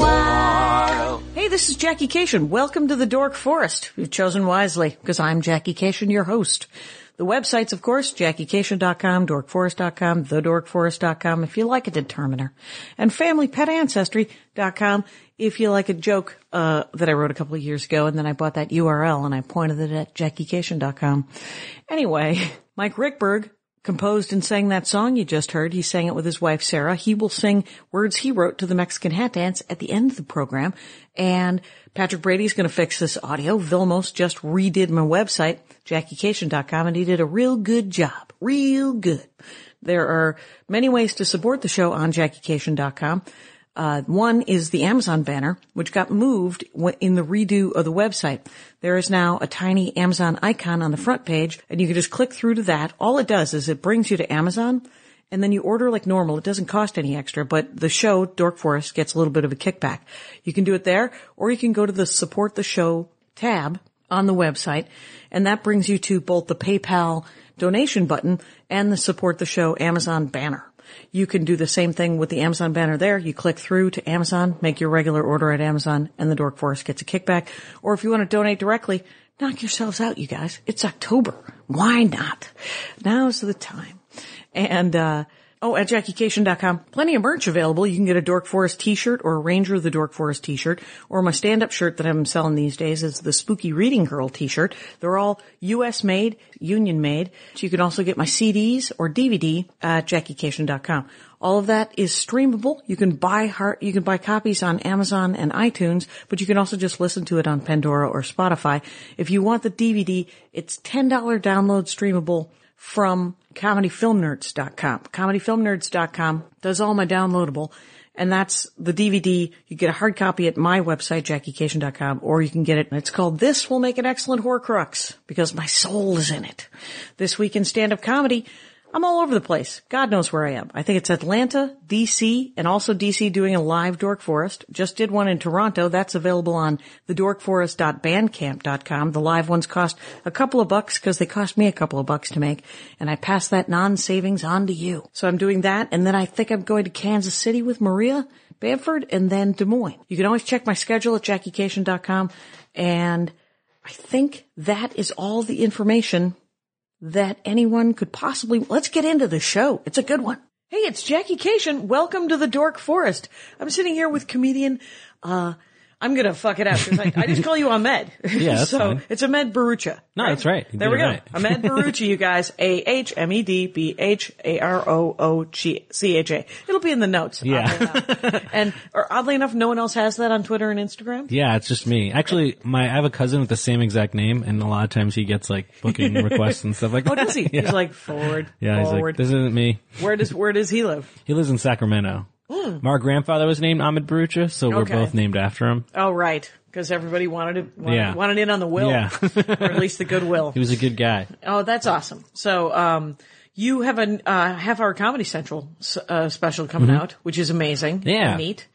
while. Hey, this is Jackie Cation. Welcome to the Dork Forest. You've chosen wisely because I'm Jackie Cation, your host. The websites, of course, jackiecation.com, dorkforest.com, thedorkforest.com if you like a determiner, and familypetancestry.com if you like a joke uh, that I wrote a couple of years ago, and then I bought that URL and I pointed it at jackiecation.com. Anyway, Mike Rickberg composed and sang that song you just heard. He sang it with his wife Sarah. He will sing words he wrote to the Mexican hat dance at the end of the program. And Patrick Brady's going to fix this audio. Vilmos just redid my website, jackiecation.com, and he did a real good job. Real good. There are many ways to support the show on jackiecation.com. Uh, one is the Amazon banner, which got moved w- in the redo of the website. There is now a tiny Amazon icon on the front page, and you can just click through to that. All it does is it brings you to Amazon, and then you order like normal. It doesn't cost any extra, but the show, Dork Forest, gets a little bit of a kickback. You can do it there, or you can go to the support the show tab on the website, and that brings you to both the PayPal donation button and the support the show Amazon banner. You can do the same thing with the Amazon banner there. You click through to Amazon, make your regular order at Amazon, and the Dork Forest gets a kickback. Or if you want to donate directly, knock yourselves out, you guys. It's October. Why not? Now's the time. And, uh, Oh, at JackieCation.com, plenty of merch available. You can get a Dork Forest t-shirt or a Ranger of the Dork Forest t-shirt, or my stand-up shirt that I'm selling these days is the Spooky Reading Girl t-shirt. They're all U.S. made, union made. So you can also get my CDs or DVD at E JackieCation.com. All of that is streamable. You can buy heart, you can buy copies on Amazon and iTunes, but you can also just listen to it on Pandora or Spotify. If you want the DVD, it's $10 download streamable from comedyfilmnerds.com. Comedyfilmnerds.com does all my downloadable. And that's the DVD. You get a hard copy at my website, jackiecation.com, or you can get it. It's called This Will Make an Excellent Horcrux because my soul is in it. This week in stand-up comedy, I'm all over the place. God knows where I am. I think it's Atlanta, DC, and also DC doing a live Dork Forest. Just did one in Toronto. That's available on thedorkforest.bandcamp.com. The live ones cost a couple of bucks because they cost me a couple of bucks to make, and I pass that non-savings on to you. So I'm doing that, and then I think I'm going to Kansas City with Maria Bamford and then Des Moines. You can always check my schedule at jackiecation.com, and I think that is all the information that anyone could possibly. Let's get into the show. It's a good one. Hey, it's Jackie Cation. Welcome to the Dork Forest. I'm sitting here with comedian. Uh, I'm gonna fuck it up 'cause I, I just call you Ahmed. Yeah, that's so fine. it's Ahmed Barucha. No, that's right. You There did we it go. right. Ahmed Barucha, you guys. A H M E D B H A R O O G C H A. It'll be in the notes. Yeah. oddly enough. and or oddly enough, no one else has that on Twitter and Instagram. Yeah, it's just me. Actually, my I have a cousin with the same exact name, and a lot of times he gets like booking requests and stuff like that. Oh, does he? Yeah, He's like forward, yeah he's like, forward. this isn't me. where does where does he live? He lives in Sacramento. My grandfather was named Ahmed Barucha, so we're Mm. Okay. both named after him. Oh, right. Because everybody wanted to wanted, Yeah. wanted in on the will, Yeah. or at least the goodwill. He was a good guy. oh, that's awesome. So, um, you have a uh, half-hour Comedy Central s- uh, special coming out, which is amazing. Mm-hmm. Yeah. and neat.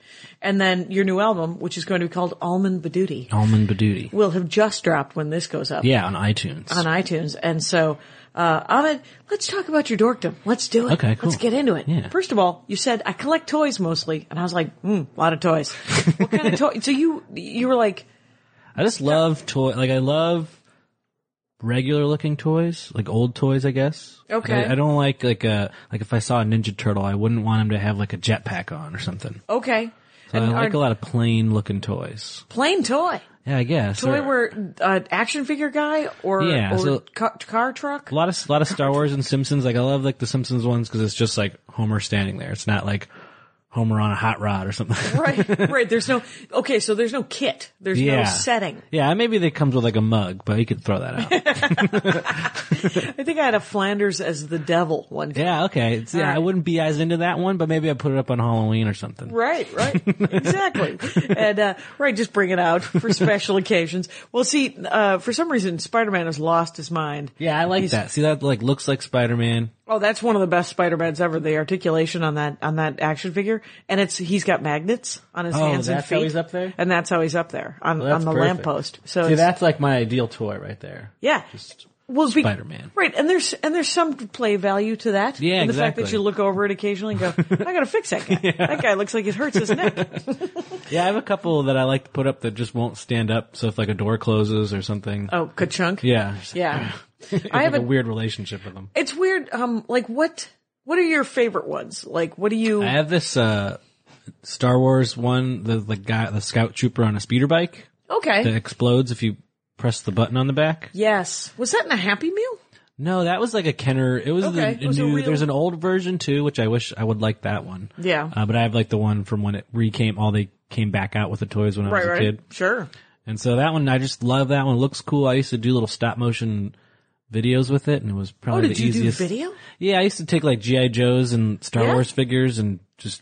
And then your new album, which is going to be called Almond Baduti, Almond Baduti. will have just dropped when this goes up Yeah, on iTunes. on iTunes. And so, uh, Ahmed, let's talk about your dorkdom. Let's do it. Okay, cool. Let's get into it. Yeah. First of all, you said I collect toys mostly, and I was like, hmm, a lot of toys. what kind of toy? So you you were like. I just love toy. Like I love regular looking toys, like old toys, I guess. Okay. Like, I, I don't like like a like if I saw a Ninja Turtle, I wouldn't want him to have like a jetpack on or something. Okay. So I And like are- a lot of plain looking toys. plain toy. Yeah, I guess. Toy Or- where uh, action figure guy or, Yeah, or so- ca- car truck. A lot of a lot of Star Wars and Simpsons. Like I love like the Simpsons ones because it's just like Homer standing there. It's not like Homer on a hot rod or something. right, right. There's no okay. So there's no kit. There's no yeah. setting. Yeah, maybe they comes with like a mug, but you could throw that out. I think I had a Flanders as the devil one time. yeah, okay. It's, yeah, All right. I wouldn't be as into that one, but maybe I put it up on Halloween or something. Right, right, exactly, and uh, right. Just bring it out for special occasions. Well, see, uh, for some reason, Spider-Man has lost his mind. Yeah, I like He's- that. See that like looks like Spider Man. Oh, that's one of the best Spider-Mans ever. The articulation on that, on that action figure. And it's, he's got magnets on his Oh, hands and that's feet. how he's up there? And that's how he's up there on, That's on the perfect. lamppost. So See, it's, that's like my ideal toy right there. yeah. well, be- Spider-Man. Right. And there's, and there's some play value to that. Yeah, And the fact that exactly. you look over it occasionally and go, I gotta fix that guy. That guy looks like it hurts his neck. Yeah, I have a couple that I like to put up that just won't stand up. So if like a door closes or something, Oh, ka-chunk. yeah, Yeah. I have have like a- a weird relationship with them. It's weird. Um, like what, what are your favorite ones? Like what do you, I have this uh Star Wars one, the the guy, the scout trooper on a speeder bike okay. that explodes if you press the button on the back. Yes. Was that in a Happy Meal? No, that was like a Kenner. It was Okay, the it was a new. real- There's an old version too, which I wish I would like that one. Yeah. uh, but I have like the one from when it recame. All they came back out with the toys when I was a kid. Sure. And so that one, I just love that one. It looks cool. I used to do little stop motion videos with it, and it was Oh, probably did the you easiest. do video? Yeah, I used to take like GI Joes and Star Yeah. Wars figures and just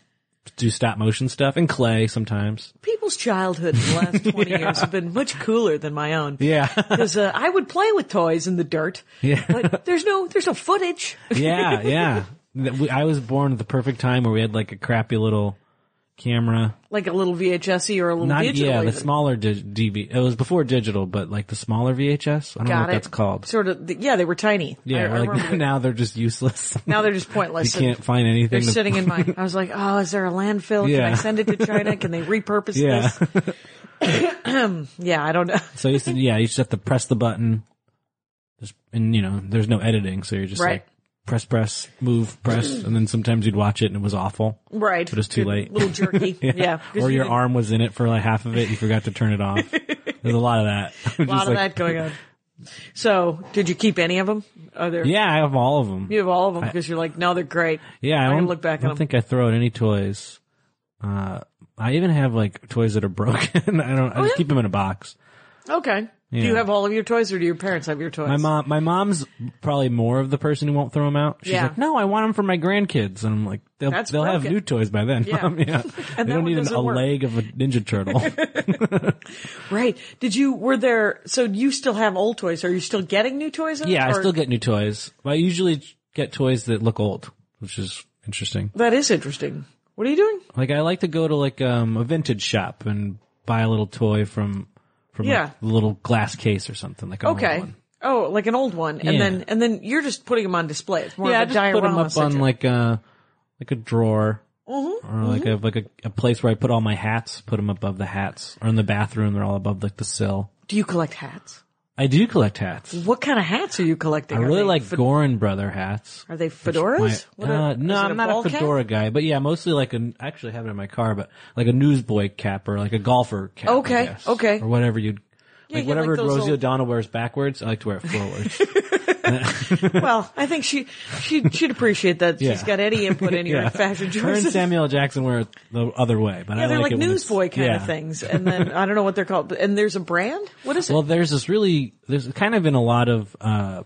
do stop motion stuff and clay sometimes. People's childhood in the last 20 years have been much cooler than my own. Yeah, Because uh, I would play with toys in the dirt. Yeah. But there's no, there's no footage. yeah, yeah. That we- I was born at the perfect time where we had like a crappy little camera. Like a little VHS or a little Not digital. yeah, the even. smaller dig- DV. It was before digital, but like the smaller VHS. I don't know Got what it. that's called. Sort of, yeah, they were tiny. I- I Yeah, like remember. now they're just useless. now they're just you pointless. and can't find anything. they're to- sitting in mine. I was like, oh, is there a landfill? Can I Yeah. send it to China? Can they repurpose Yeah. this? Yeah, I don't know. So you used to, yeah, you just have to press the button. Just, and you know, there's no editing, so you're just Right. like press, press, move, press, and then sometimes you'd watch it and it was awful. Right. But it's too You're late. A little jerky. yeah. 'Cause Or you your didn't- arm was in it for like half of it. You forgot to turn it off. There's a lot of that. A lot of that going on. So, did you keep any of them? Are there? Yeah, I have all of them. You have all of them because you're like, no, they're great. Yeah, I can don't look back at I don't them. think I throw out any toys. Uh, I even have like toys that are broken. I don't. I just Oh, yeah? keep them in a box. Okay. Do you Yeah. have all of your toys, or do your parents have your toys? My mom, my mom's probably more of the person who won't throw them out. She's Yeah. like, no, I want them for my grandkids, and I'm like, they'll That's they'll have broken. new toys by then. Yeah. Mom, yeah. And they that don't one need an, doesn't a work. leg of a ninja turtle. Right. Did you were there? So you still have old toys? Are you still getting new toys? yeah, I Or- still get new toys. I usually get toys that look old, which is interesting. That is interesting. What are you doing? Like I like to go to like um a vintage shop and buy a little toy from from like, Yeah. a little glass case or something like an old Okay. one. Oh, like an old one, and Yeah. then and then you're just putting them on display. It's more yeah, I of a just put them diorama up on situ- like a like a drawer, Mm-hmm, or like I have like a, a place where I put all my hats. Put them above the hats, or in the bathroom, they're all above like the sill. Do you collect hats? I do collect hats. What kind of hats are you collecting? I are really they like fe- Gorin Brother hats. Are they fedoras? My- What are- uh, no, is it I'm not ball a cap? fedora guy, but yeah, mostly like an. I actually have it in my car, but like a newsboy cap or like a golfer cap. I Okay, guess. okay. or whatever you'd. you Like get, like, whatever those Rosie old- O'Donnell wears backwards, I like to wear it forwards. Well, I think she she she'd appreciate that. Yeah. She's got any input in your Yeah. fashion Her and choices. Samuel L. Jackson wear it the other way, but I Yeah, they're like, it when it's- newsboy kind of yeah. things, and then I don't know what they're called. but- And there's a brand. What is it? Well, there's this really, there's kind of in a lot of, uh,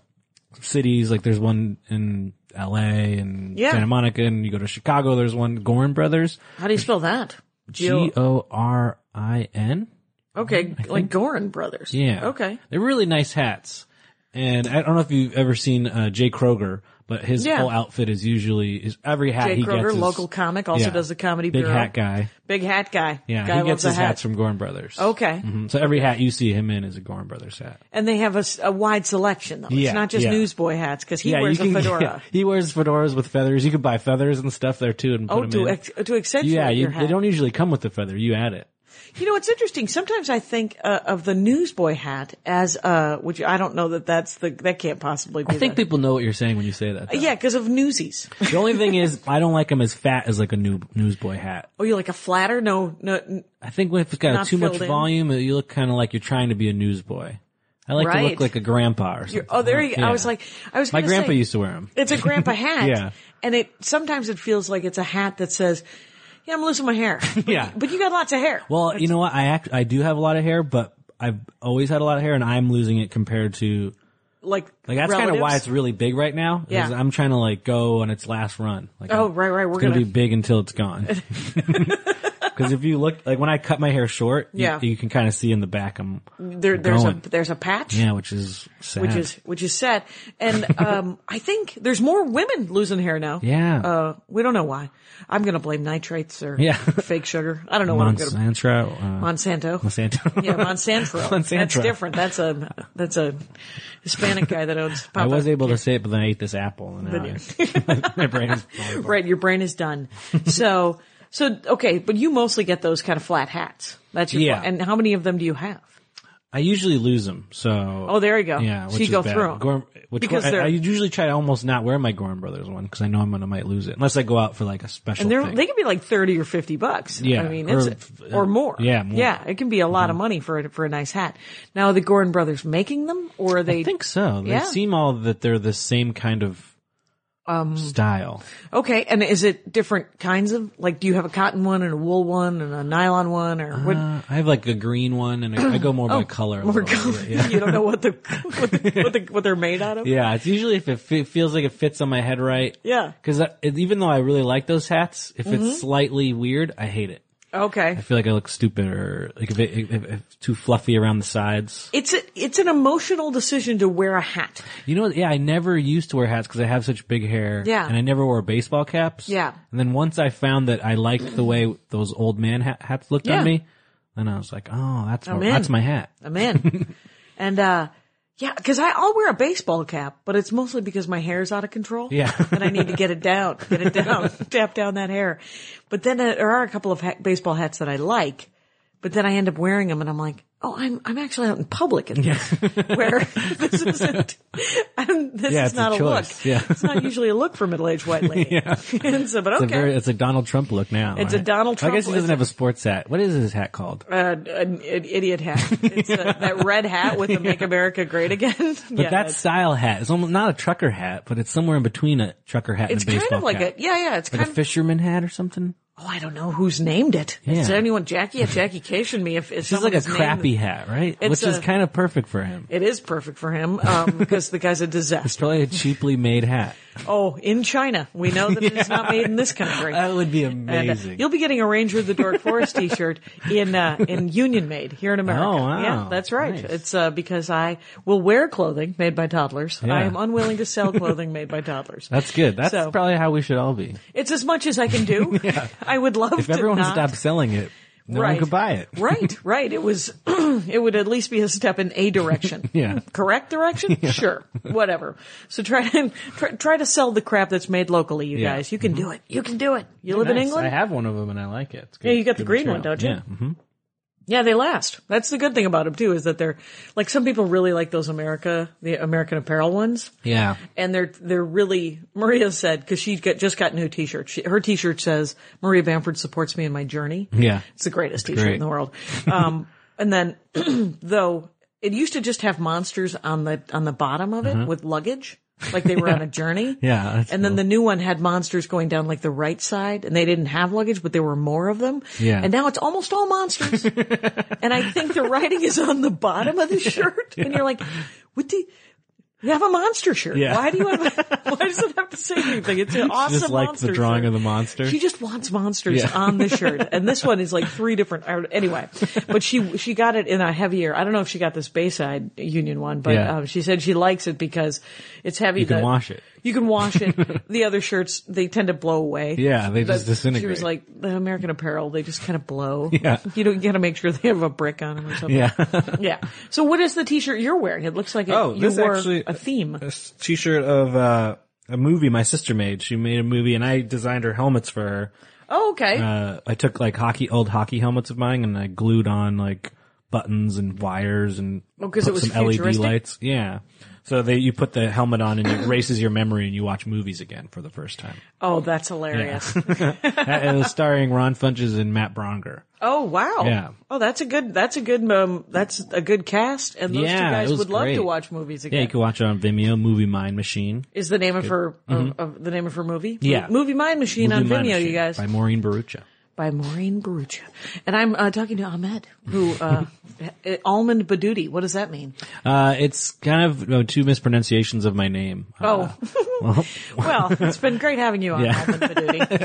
cities, like there's one in LA and Yeah. Santa Monica and you go to Chicago, there's one, Gorin Brothers. How do you spell that? G O R I N. Okay, like Gorin Brothers. Yeah. Okay. They're really nice hats. And I don't know if you've ever seen, uh, Jay Kroger, but his Yeah. whole outfit is usually, is every hat Jay Ah, he Kroger, gets. is- local comic, also yeah. does the comedy Big bureau. hat guy. Big hat guy. Yeah. guy he loves gets his a hat. hats from Gorin Brothers. Okay, Mhm. So every hat you see him in is a Gorin Brothers hat. and they have a, s- a wide selection though. Yeah, it's not just yeah. newsboy hats because he you wears can- a fedora. yeah, he wears fedoras with feathers. You could buy feathers and stuff there too, and put Oh, them to in. ex- to accentuate yeah, you, your hat. they don't usually come with the feather. You add it. You know, it's interesting. Sometimes I think uh, of the newsboy hat as uh, which I don't know that that's the that can't possibly be. I think people know what you're saying when you say that. though. yeah, because of newsies. The only thing is, I don't like them as fat as like a new newsboy hat. Oh, you like a flatter? No, no. n- I think when it's got Not too much filled in. volume, you look kind of like you're trying to be a newsboy. I like to Right. look like a grandpa or something. Oh, there you. Yeah. I was like, I was. my gonna grandpa say, used to wear them. It's a grandpa hat. Yeah. And it sometimes it feels like it's a hat that says, "Yeah, I'm losing my hair." But Yeah. you- but you got lots of hair. Well, you know what? I act, I do have a lot of hair, but I've always had a lot of hair, and I'm losing it compared to like Like that's kind of relatives. why it's really big right now. Yeah. Yeah, I'm trying to like go on its last run. Like, Oh, I'm- right, right, we're it's gonna, gonna- be big until it's gone. Because if you look, like when I cut my hair short, you- Yeah. you, can kind of see in the back. I'm There, there's going. a there's a patch. yeah, which is sad. Which is which is sad, and um, I think there's more women losing hair now. Yeah. uh, we don't know why. I'm going to blame nitrates or Yeah. fake sugar. I don't know what I'm going to Monsanto. Uh, Monsanto. Monsanto. Yeah, Monsanto. That's Monsanto. different. That's a that's a Hispanic guy that owns. Papa. I was able to say it, but then I ate this apple, and now I- my brain is. Right, your brain is done. So so okay, but you mostly get those kind of flat hats. That's your Yeah. point. And how many of them do you have? I usually lose them, so. Oh, there you go. Yeah, So which you is go bad. through 'em. Gorm, which Because one- I, they're- I usually try to almost not wear my Gorm Brothers one because I know I'm gonna might lose it unless I go out for like a special. And they're, thing. they can be like 30 or 50 bucks. Yeah, I mean, or- uh, it's, or, more. yeah, more. Mm-hmm. Yeah. It can be a lot of money for a, for a nice hat. Now, are the Gorin brothers making them or are they? I think so. They Yeah. seem all that they're the same kind of Um, style. Okay. And is it different kinds of, like, do you have a cotton one and a wool one and a nylon one or what? Uh, I have like a green one, and I I go more by color. a Oh, More little bit, color. Yeah. you don't know what the, what, the, what, the, what they're made out of? Yeah, it's usually if it fe- feels like it fits on my head right. Yeah. Mm-hmm. Because even though I really like those hats, if it's slightly weird, I hate it. Okay. I feel like I look stupid, or like if, it, if, if it's too fluffy around the sides. It's a, it's an emotional decision to wear a hat. You know, what? yeah, I never used to wear hats because I have such big hair. Yeah. and I never wore baseball caps. Yeah. and then once I found that I liked the way those old man ha- hats looked Yeah. on me, then I was like, oh, that's my, in. that's my hat. I'm in. and, uh, yeah, cause I, I'll wear a baseball cap, but it's mostly because my hair's out of control. Yeah. and I need to get it down, get it down, tap down that hair. But then uh, there are a couple of ha- baseball hats that I like, but then I end up wearing them and I'm like, oh, I'm, I'm actually out in public in this, where this isn't, I'm, this Yeah, is it's a not a, choice. look. Yeah. It's not usually a look for middle-aged white lady. and so, but It's okay. a very, it's a Donald Trump look now. It's a Donald Trump I guess he look. doesn't have a sports hat. What is his hat called? uh, an, an idiot hat. It's uh that red hat with the "Make America Great Again." But that style hat is almost not a trucker hat, but it's somewhere in between a trucker hat it's and a kind baseball of like cap. a yeah, yeah. It's like kind a of fisherman hat or something. oh, I don't know who's named it. Is Yeah. anyone Jackie? If Jackie cation me, if, if This is like a someone's named- crappy hat, right? Which is a- kind of perfect for him. It is perfect for him um, because the guy's a It's disaster. probably a cheaply made hat. Oh, in China, we know that it's not made in this country. That would be And, uh, amazing. you'll be getting a Ranger of the Dork Forest T-shirt in uh, in Union Made here in America. Oh, wow. Yeah, that's right. Nice. It's uh, because I will wear clothing made by toddlers. Yeah. I am unwilling to sell clothing made by toddlers. That's good. That's So- probably how we should all be. It's as much as I can do. I would love If to everyone not. stopped selling it, no Right. one could buy it. right, right. It was. it would at least be a step in a direction. Yeah. Correct direction. Sure. Whatever. So try to try, try to sell the crap that's made locally. You Yeah. guys, you can do it. You can do it. You live in Nice. England. I have one of them and I like it. It's good, Yeah, you got the good green one, material. don't you? Yeah. Mhm. yeah, they last. That's the good thing about them too, is that they're like some people really like those America, the American Apparel ones. Yeah. and they're they're really Maria said because she got, just got new T-shirt. She, her T-shirt says Maria Bamford supports me in my journey. Yeah. it's the greatest T-shirt great. in the world. Um, and then though it used to just have monsters on the on the bottom of it with luggage, like they were on a journey. Mm-hmm. Yeah, that's and then cool. the new one had monsters going down like the right side, and they didn't have luggage, but there were more of them. Yeah. and now it's almost all monsters. and I think the writing is on the bottom of the shirt, and you're like, what the. You have a monster shirt. Yeah. Why do you have? A, why does it have to say anything? It's an awesome. Just like monster the drawing shirt. of the monster. She just wants monsters Yeah. on the shirt, and this one is like three different. art- Anyway, but she she got it in a heavier. I don't know if she got this Bayside Union one, but Yeah. um, she said she likes it because it's heavy. You can that- wash it. You can wash it. the other shirts they tend to blow away. Yeah, they just But disintegrate. She was like the American Apparel. They just kind of blow. Yeah. you don't got to make sure they have a brick on them or something. yeah. Yeah. So what is the T-shirt you're wearing? It looks like it, Oh, you this wore actually- a theme. a s- t-shirt of uh, a movie my sister made. She made a movie, and I designed her helmets for her. Oh, okay. Uh, I took like hockey, old hockey helmets of mine, and I glued on like buttons and wires and Oh, 'cause it put was some LED futuristic? lights. Yeah. So they, you put the helmet on and it erases your memory and you watch movies again for the first time. oh, that's hilarious. Uh, it was starring Ron Funches and Matt Bronger. Oh wow! Yeah. Oh, that's a good. That's a good. Um, that's a good cast, and those two Yeah, guys it was would love to great. watch movies again. Yeah, you can watch it on Vimeo, Movie Mind Machine. Is the name of her of, of the name of her movie? Mm-hmm. Yeah. Movie Mind Machine Movie on Mind Vimeo, Machine you guys. By Maureen Barucha. by Maureen Barucha. And I'm uh, talking to Ahmed, who, uh, eh, Almond Baduti. What does that mean? Uh, it's kind of uh, two mispronunciations of my name. Oh. Uh, well, Well, it's been great having you on, Yeah. Almond Baduti.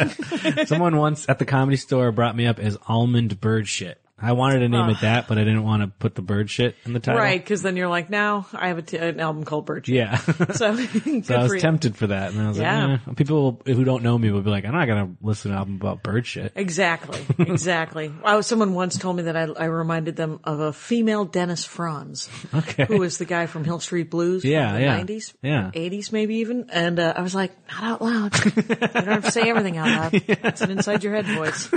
Uh, someone once at the comedy store brought me up as almond bird shit. I wanted to name it that, but I didn't want to put the bird shit in the title. Oh. right, because then you're like, now I have a t- an album called Bird. Yeah. so So, good I for was you. tempted for that, and I was Yeah. like, eh. people who don't know me will be like, I'm not gonna listen to an album about bird shit. Exactly, exactly. I, was- someone once told me that I, I reminded them of a female Dennis Franz, Okay. who was the guy from Hill Street Blues, from Yeah, the yeah, 90s, yeah. 80s maybe even. And uh, I was like, not out loud. you don't have to say everything out loud. It's an inside your head voice.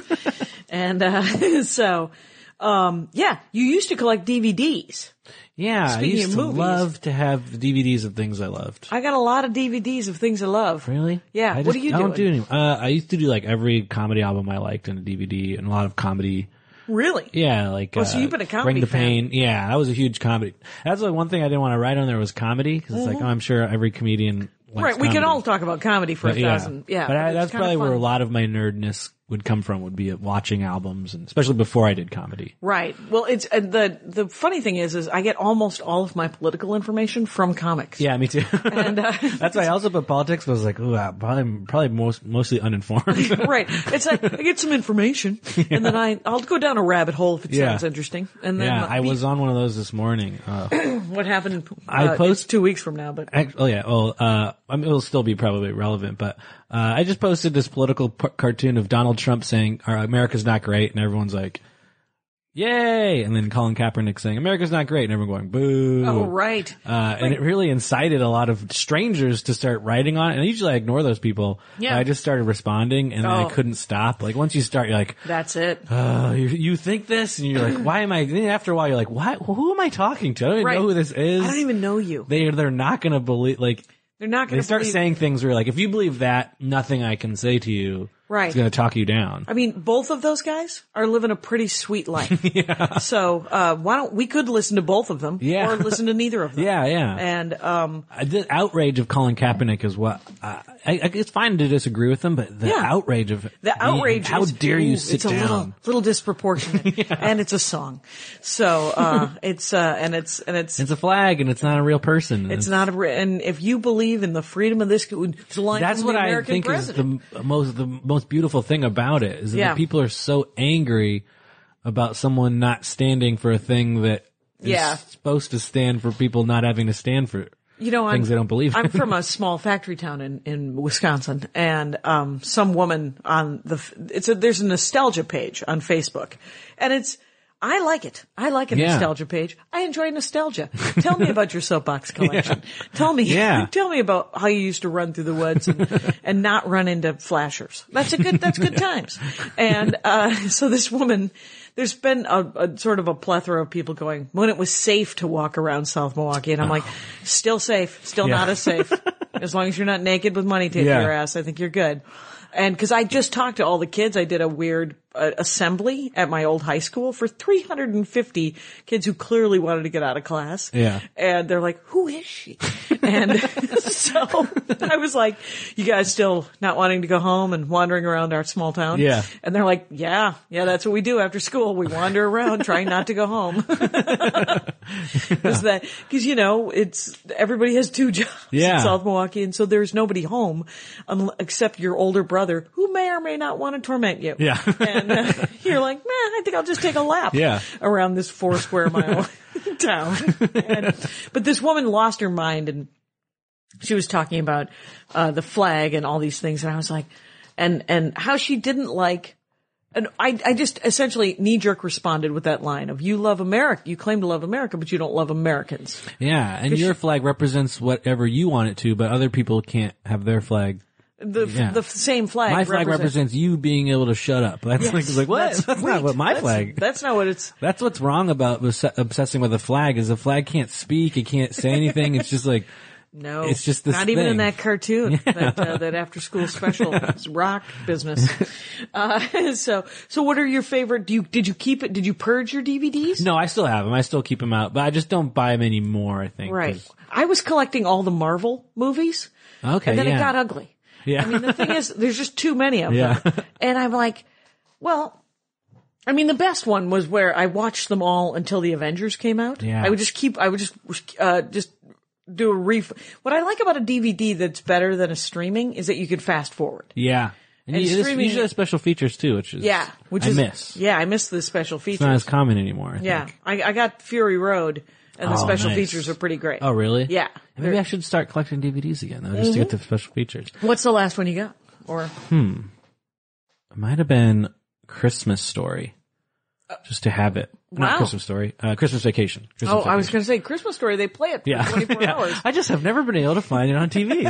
and uh, so, um, yeah, you used to collect DVDs. Yeah, Speaking I used of to movies- love to have DVDs of things I loved. I got a lot of DVDs of things I love. Really? Yeah, I what just- are you I don't doing? do any. Uh, I used to do like every comedy album I liked in a DVD and a lot of comedy. Really? Yeah, like Oh, so uh, you've been a comedy Ring to fan. Pain. Yeah, I was a huge comedy. That's the one thing I didn't want to write on there was comedy because it's like oh, I'm sure every comedian. Likes Mm-hmm. Right, we comedy. could all talk about comedy for But a thousand. Yeah, but, I, it's that's kinda probably where a fun. lot of my nerdness would come from would be at watching albums and especially before I did comedy. Right. Well, it's uh, the the funny thing is, is I get almost all of my political information from comics. Yeah, me too. And, uh, that's why I also put politics. But I was like, ooh, I probably probably most mostly uninformed. right. It's like I get some information, and then I I'll go down a rabbit hole if it Yeah. sounds interesting. And then yeah, uh, I was on one of those this morning. Uh, What happened? Uh, I post- it's two weeks from now, but Act- Oh yeah. Well, uh, I mean, it'll still be probably relevant, but uh, I just posted this political p- cartoon of Donald Trump saying "Our- "America's not great," and everyone's like, "Yay!" and then Colin Kaepernick saying "America's not great," and everyone going "Boo!" oh right. Uh, and it really incited a lot of strangers to start writing on it. And usually I ignore those people. Yeah. But I just started responding and then Oh. I couldn't stop. Like once you start, you're like, That's it. uh, you, you think this? And you're like, why am I? Then after a while, you're like, why? Who am I talking to? I don't even Right. know who this is. I don't even know you. They, they're not going to believe, like, They're not going they to start believe- saying things where like if you believe that nothing i can say to you Right. is going to talk you down I mean, both of those guys are living a pretty sweet life. So uh, why don't we could listen to both of them, Yeah. or listen to neither of them? yeah yeah And um, Uh, the outrage of colin kaepernick is what I, I, I- it's fine to disagree with him but the Yeah. outrage of The outrage. how is- dare you ooh, sit it's down a little, little disproportionate, and it's a song. So uh, it's uh, and it's and it's it's a flag and it's not a real person and it's not a. re- And if you believe in the freedom of this, it's a line that's from what the I American think president. is the m- most the most beautiful thing about it is that Yeah. the people are so angry about someone not standing for a thing that is Yeah. supposed to stand for people not having to stand for you know, things I'm, they don't believe I'm in. from a small factory town in, in Wisconsin, and um, some woman on the f- it's a there's a nostalgia page on Facebook, and it's. I like it. I like a Yeah. nostalgia page. I enjoy nostalgia. Tell me about your soapbox collection. Tell me, Yeah. tell me about how you used to run through the woods and, and not run into flashers. That's a good, that's good times. And, uh, so this woman, there's been a, a sort of a plethora of people going, when it was safe to walk around South Milwaukee. And I'm like, still safe, still Oh. Yeah. not as safe. as long as you're not naked with money taped Yeah. to your ass, I think you're good. And cause I just talked to all the kids, I did a weird uh, assembly at my old high school for 350 kids who clearly wanted to get out of class. Yeah. And they're like, who is she? And so I was like, you guys still not wanting to go home and wandering around our small town? Yeah. And they're like, yeah, yeah, that's what we do after school. We wander around trying not to go home. Cause that, cause you know, it's, everybody has two jobs in Yeah. South Milwaukee. And so there's nobody home un- except your older brother who may or may not want to torment you. Yeah. And uh, you're like, man, I think I'll just take a lap Yeah. around this four square mile town. And- but this woman lost her mind and she was talking about uh, the flag and all these things, and I was like, and and how she didn't like. And I, I just essentially knee jerk responded with that line of you love America, you claim to love America, but you don't love Americans. Yeah, and your flag represents whatever you want it to, but other people can't have their flag. The Yeah. the same flag. My flag represent- represents you being able to shut up. That's like, it's like what? That's, not right. what my That's- flag. That's, That's not what it's. what's wrong about obs- obsessing with a flag is the flag can't speak, it can't say anything. it's just like No, It's just this not even in thing. that cartoon that uh, that after school special it's rock business. Uh, so so what are your favorite? Do you did you keep it? Did you purge your DVDs? no, I still have them. I still keep them out, but I just don't buy them anymore. I think 'cause- Right. I was collecting all the Marvel movies. Okay, And then it yeah. got ugly. Yeah, I mean, the thing is, there's just too many of Yeah. them. And I'm like, Well, I mean, the best one was where I watched them all until the Avengers came out. Yeah. I would just keep, I would just, uh, just do a ref. What I like about a DVD that's better than a streaming is that you could fast forward. Yeah. And, And you, this, streaming- usually has special features too, which is Yeah. Which I is, miss. Yeah. I miss the special features. It's not as common anymore. I yeah. think. I, I got Fury Road and the Oh, special nice. features are pretty great. Oh really? Yeah. Maybe I should start collecting DVDs again though, just to Mm-hmm. get the special features. What's the last one you got? Or It might have been Christmas Story, just to have it. Uh, wow. Not Christmas Story. Uh, Christmas Vacation. Christmas oh, I was Vacation. going to say Christmas Story. They play it for Yeah. 24 Yeah. hours. I just have never been able to find it on TV.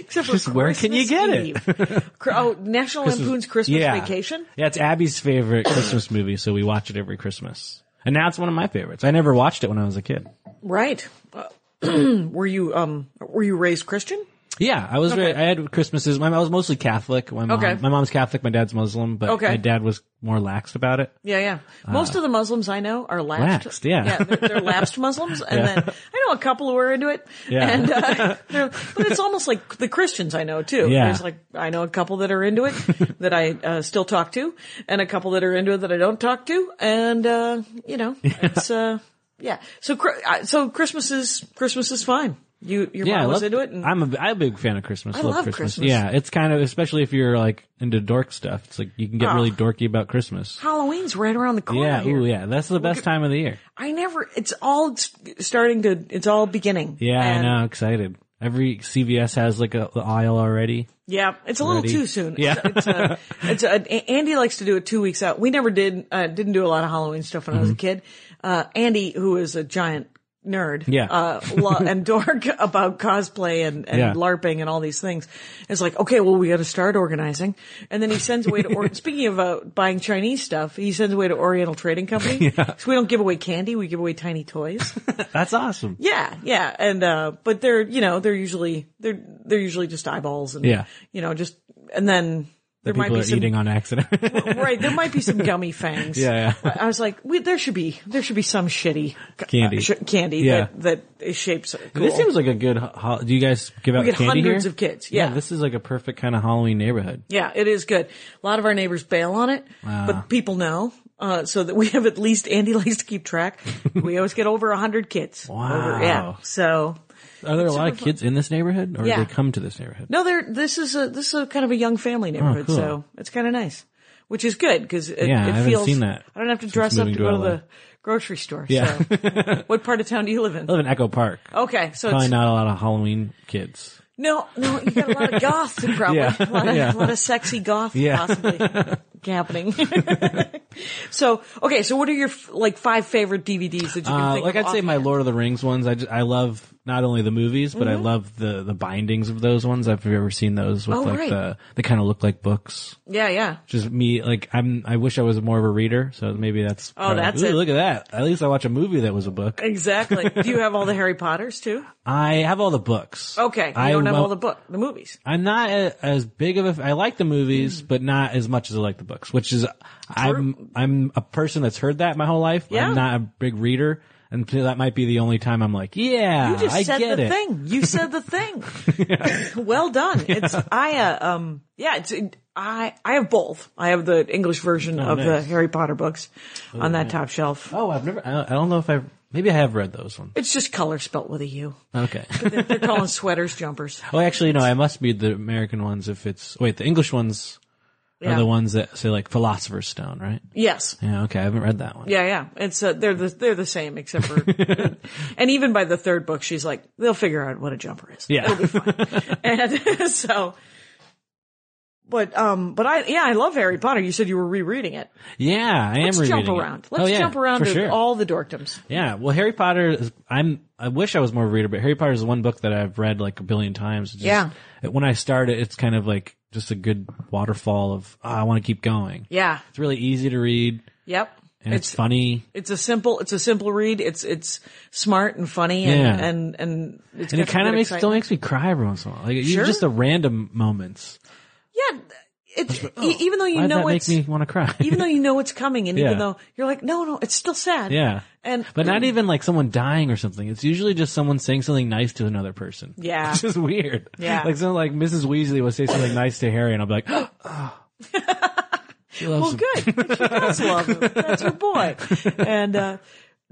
Except for Just where can you get it? it? oh, National Lampoon's Christmas Yeah. Vacation. Yeah, it's Abby's favorite Christmas movie, so we watch it every Christmas. And now it's one of my favorites. I never watched it when I was a kid. Right. Uh, were you um were you raised Christian? Yeah, I was very, I had Christmases. My, I was mostly Catholic. My mom, Okay. my mom's Catholic, my dad's Muslim, but Okay. my dad was more laxed about it. Yeah, yeah. Most of the Muslims I know are lapsed. Uh, Lapsed, yeah. they're, they're lapsed Muslims, and Yeah. then I know a couple who are into it. Yeah. And, uh, they're- but it's almost like the Christians I know too. Yeah. There's like I know a couple that are into it that I uh, still talk to, and a couple that are into it that I don't talk to, and uh, you know, it's uh, yeah. So Chri- I- so Christmas is Christmas is fine. You your Yeah, I mom was love- into it, and I'm a, I'm a big fan of Christmas. I love Christmas. Yeah, it's kind of especially if you're like into dork stuff. It's like you can get Oh. really dorky about Christmas. Halloween's right around the corner. Yeah, here. ooh, yeah, that's the best time of the year. I never. It's all s- starting to. It's all beginning. Yeah, And- I know, excited. Every CVS has like a, a aisle already. Yeah, it's a little Ready? too soon. Yeah. it's, uh, it's uh, A- Andy likes to do it two weeks out. We never did. Uh, didn't do a lot of Halloween stuff when I was Mm-hmm. a kid. Uh, Andy, who is a giant nerd, Yeah. uh, lo- and dork about cosplay and, and Yeah. LARPing and all these things, is like, okay, well, we got to start organizing. And then he sends away to. Or- Speaking of uh, buying Chinese stuff, he sends away to Oriental Trading Company. So we don't give away candy; we give away tiny toys. That's awesome. Yeah, yeah, and uh, but they're you know they're usually they're they're usually just eyeballs and Yeah. you know just and then there might People be are some eating on accident. right there might be some gummy fangs. Yeah, yeah. I was like, we, there should be there should be some shitty c- Candy. uh, sh- candy Yeah. that that is shaped. Cool. This seems like a good. Ho- do you guys give out get candy hundreds here? of kids, yeah. this is like a perfect kind of Halloween neighborhood. yeah, it is good. A lot of our neighbors bail on it, Uh-huh. but people know. Uh, so that we have at least Andy likes to keep track. we always get over a hundred kids. Wow. Over- yeah. So Are there a lot of kids in this neighborhood, or Yeah. do they come to this neighborhood? No, they're this is a this is a kind of a young family neighborhood, Oh, cool. so it's kind of nice, which is good because it, Yeah, I it haven't feels. seen that I don't have to dress up moving to go to to LA. the grocery store. Yeah. So, what part of town do you live in? I live in Echo Park. Okay, so Probably Oh, it's, not a lot of Halloween kids. no, no, you got a lot of goth, probably Yeah, a, lot of, yeah. a lot of sexy goth, Yeah. possibly happening. so, okay, so what are your f- like five favorite DVDs that you can Uh, think like of? I'd say my offhand? Lord of the Rings ones. I, just, I love not only the movies, but I love the the bindings of those ones. I've ever seen those with Mm-hmm. Oh, like right. the they kind of look like books. yeah, yeah. Just me, like I'm. I wish I was more of a reader, so maybe that's. Oh, that's it. Look at that. At least I watch a movie that was a book. Exactly. Do you have all the Harry Potters too? I have all the books. Okay, you I don't have won't- all the book, the movies. I'm not a, as big of a. I like the movies, Mm. but not as much as I like the books. Which is, I'm I'm a person that's heard that my whole life. Yeah. I'm not a big reader, and so that might be the only time I'm like, yeah, You just Uh, I said get the it. thing. You said the thing. well done. It's I uh, um yeah. It's it, I I have both. I have the English version of the Oh, nice. Harry Potter books on that top shelf. Oh, I've never. I don't, I don't know if I. Maybe I have read those ones. It's just color spelt with a U. Okay. They're calling sweaters jumpers. oh, actually, no. I must be the American ones. If it's wait, the English ones Yeah. are the ones that say like Philosopher's Stone, right? Yes. Yeah. Okay, I haven't read that one. Yeah, yeah. It's uh, they're the they're the same except for, and even by the third book, she's like, they'll figure out what a jumper is. Yeah. and so. But um, but I yeah, I love Harry Potter. You said you were rereading it. yeah. I Let's am reading jump it. around. Oh, Let's yeah, jump around for to sure. all the dorkdoms. Yeah, well, Harry Potter. Is, I'm. I wish I was more of a reader, but Harry Potter is the one book that I've read like a billion times. It's just- Yeah. it- When I start it, it's kind of like just a good waterfall of oh, I want to keep going. Yeah. It's really easy to read Yep. and it's, funny, It's a simple. It's a simple read. It's it's smart and funny and Yeah. and and it's and it got kind of good makes still excitement. makes me cry every once in a while. Like Sure. even just the random moments. yeah. It's e- even though you Oh, Why does know that it's make me want to cry? even though you know it's coming and even Yeah. though you're like no no it's still sad yeah. and But not even like someone dying or something. It's usually just someone saying something nice to another person. Yeah. It's just weird. Yeah. Like someone like Mrs. Weasley would say something nice to Harry and I'll be like, She loves Well, him. good. She does love him. That's her boy. And uh,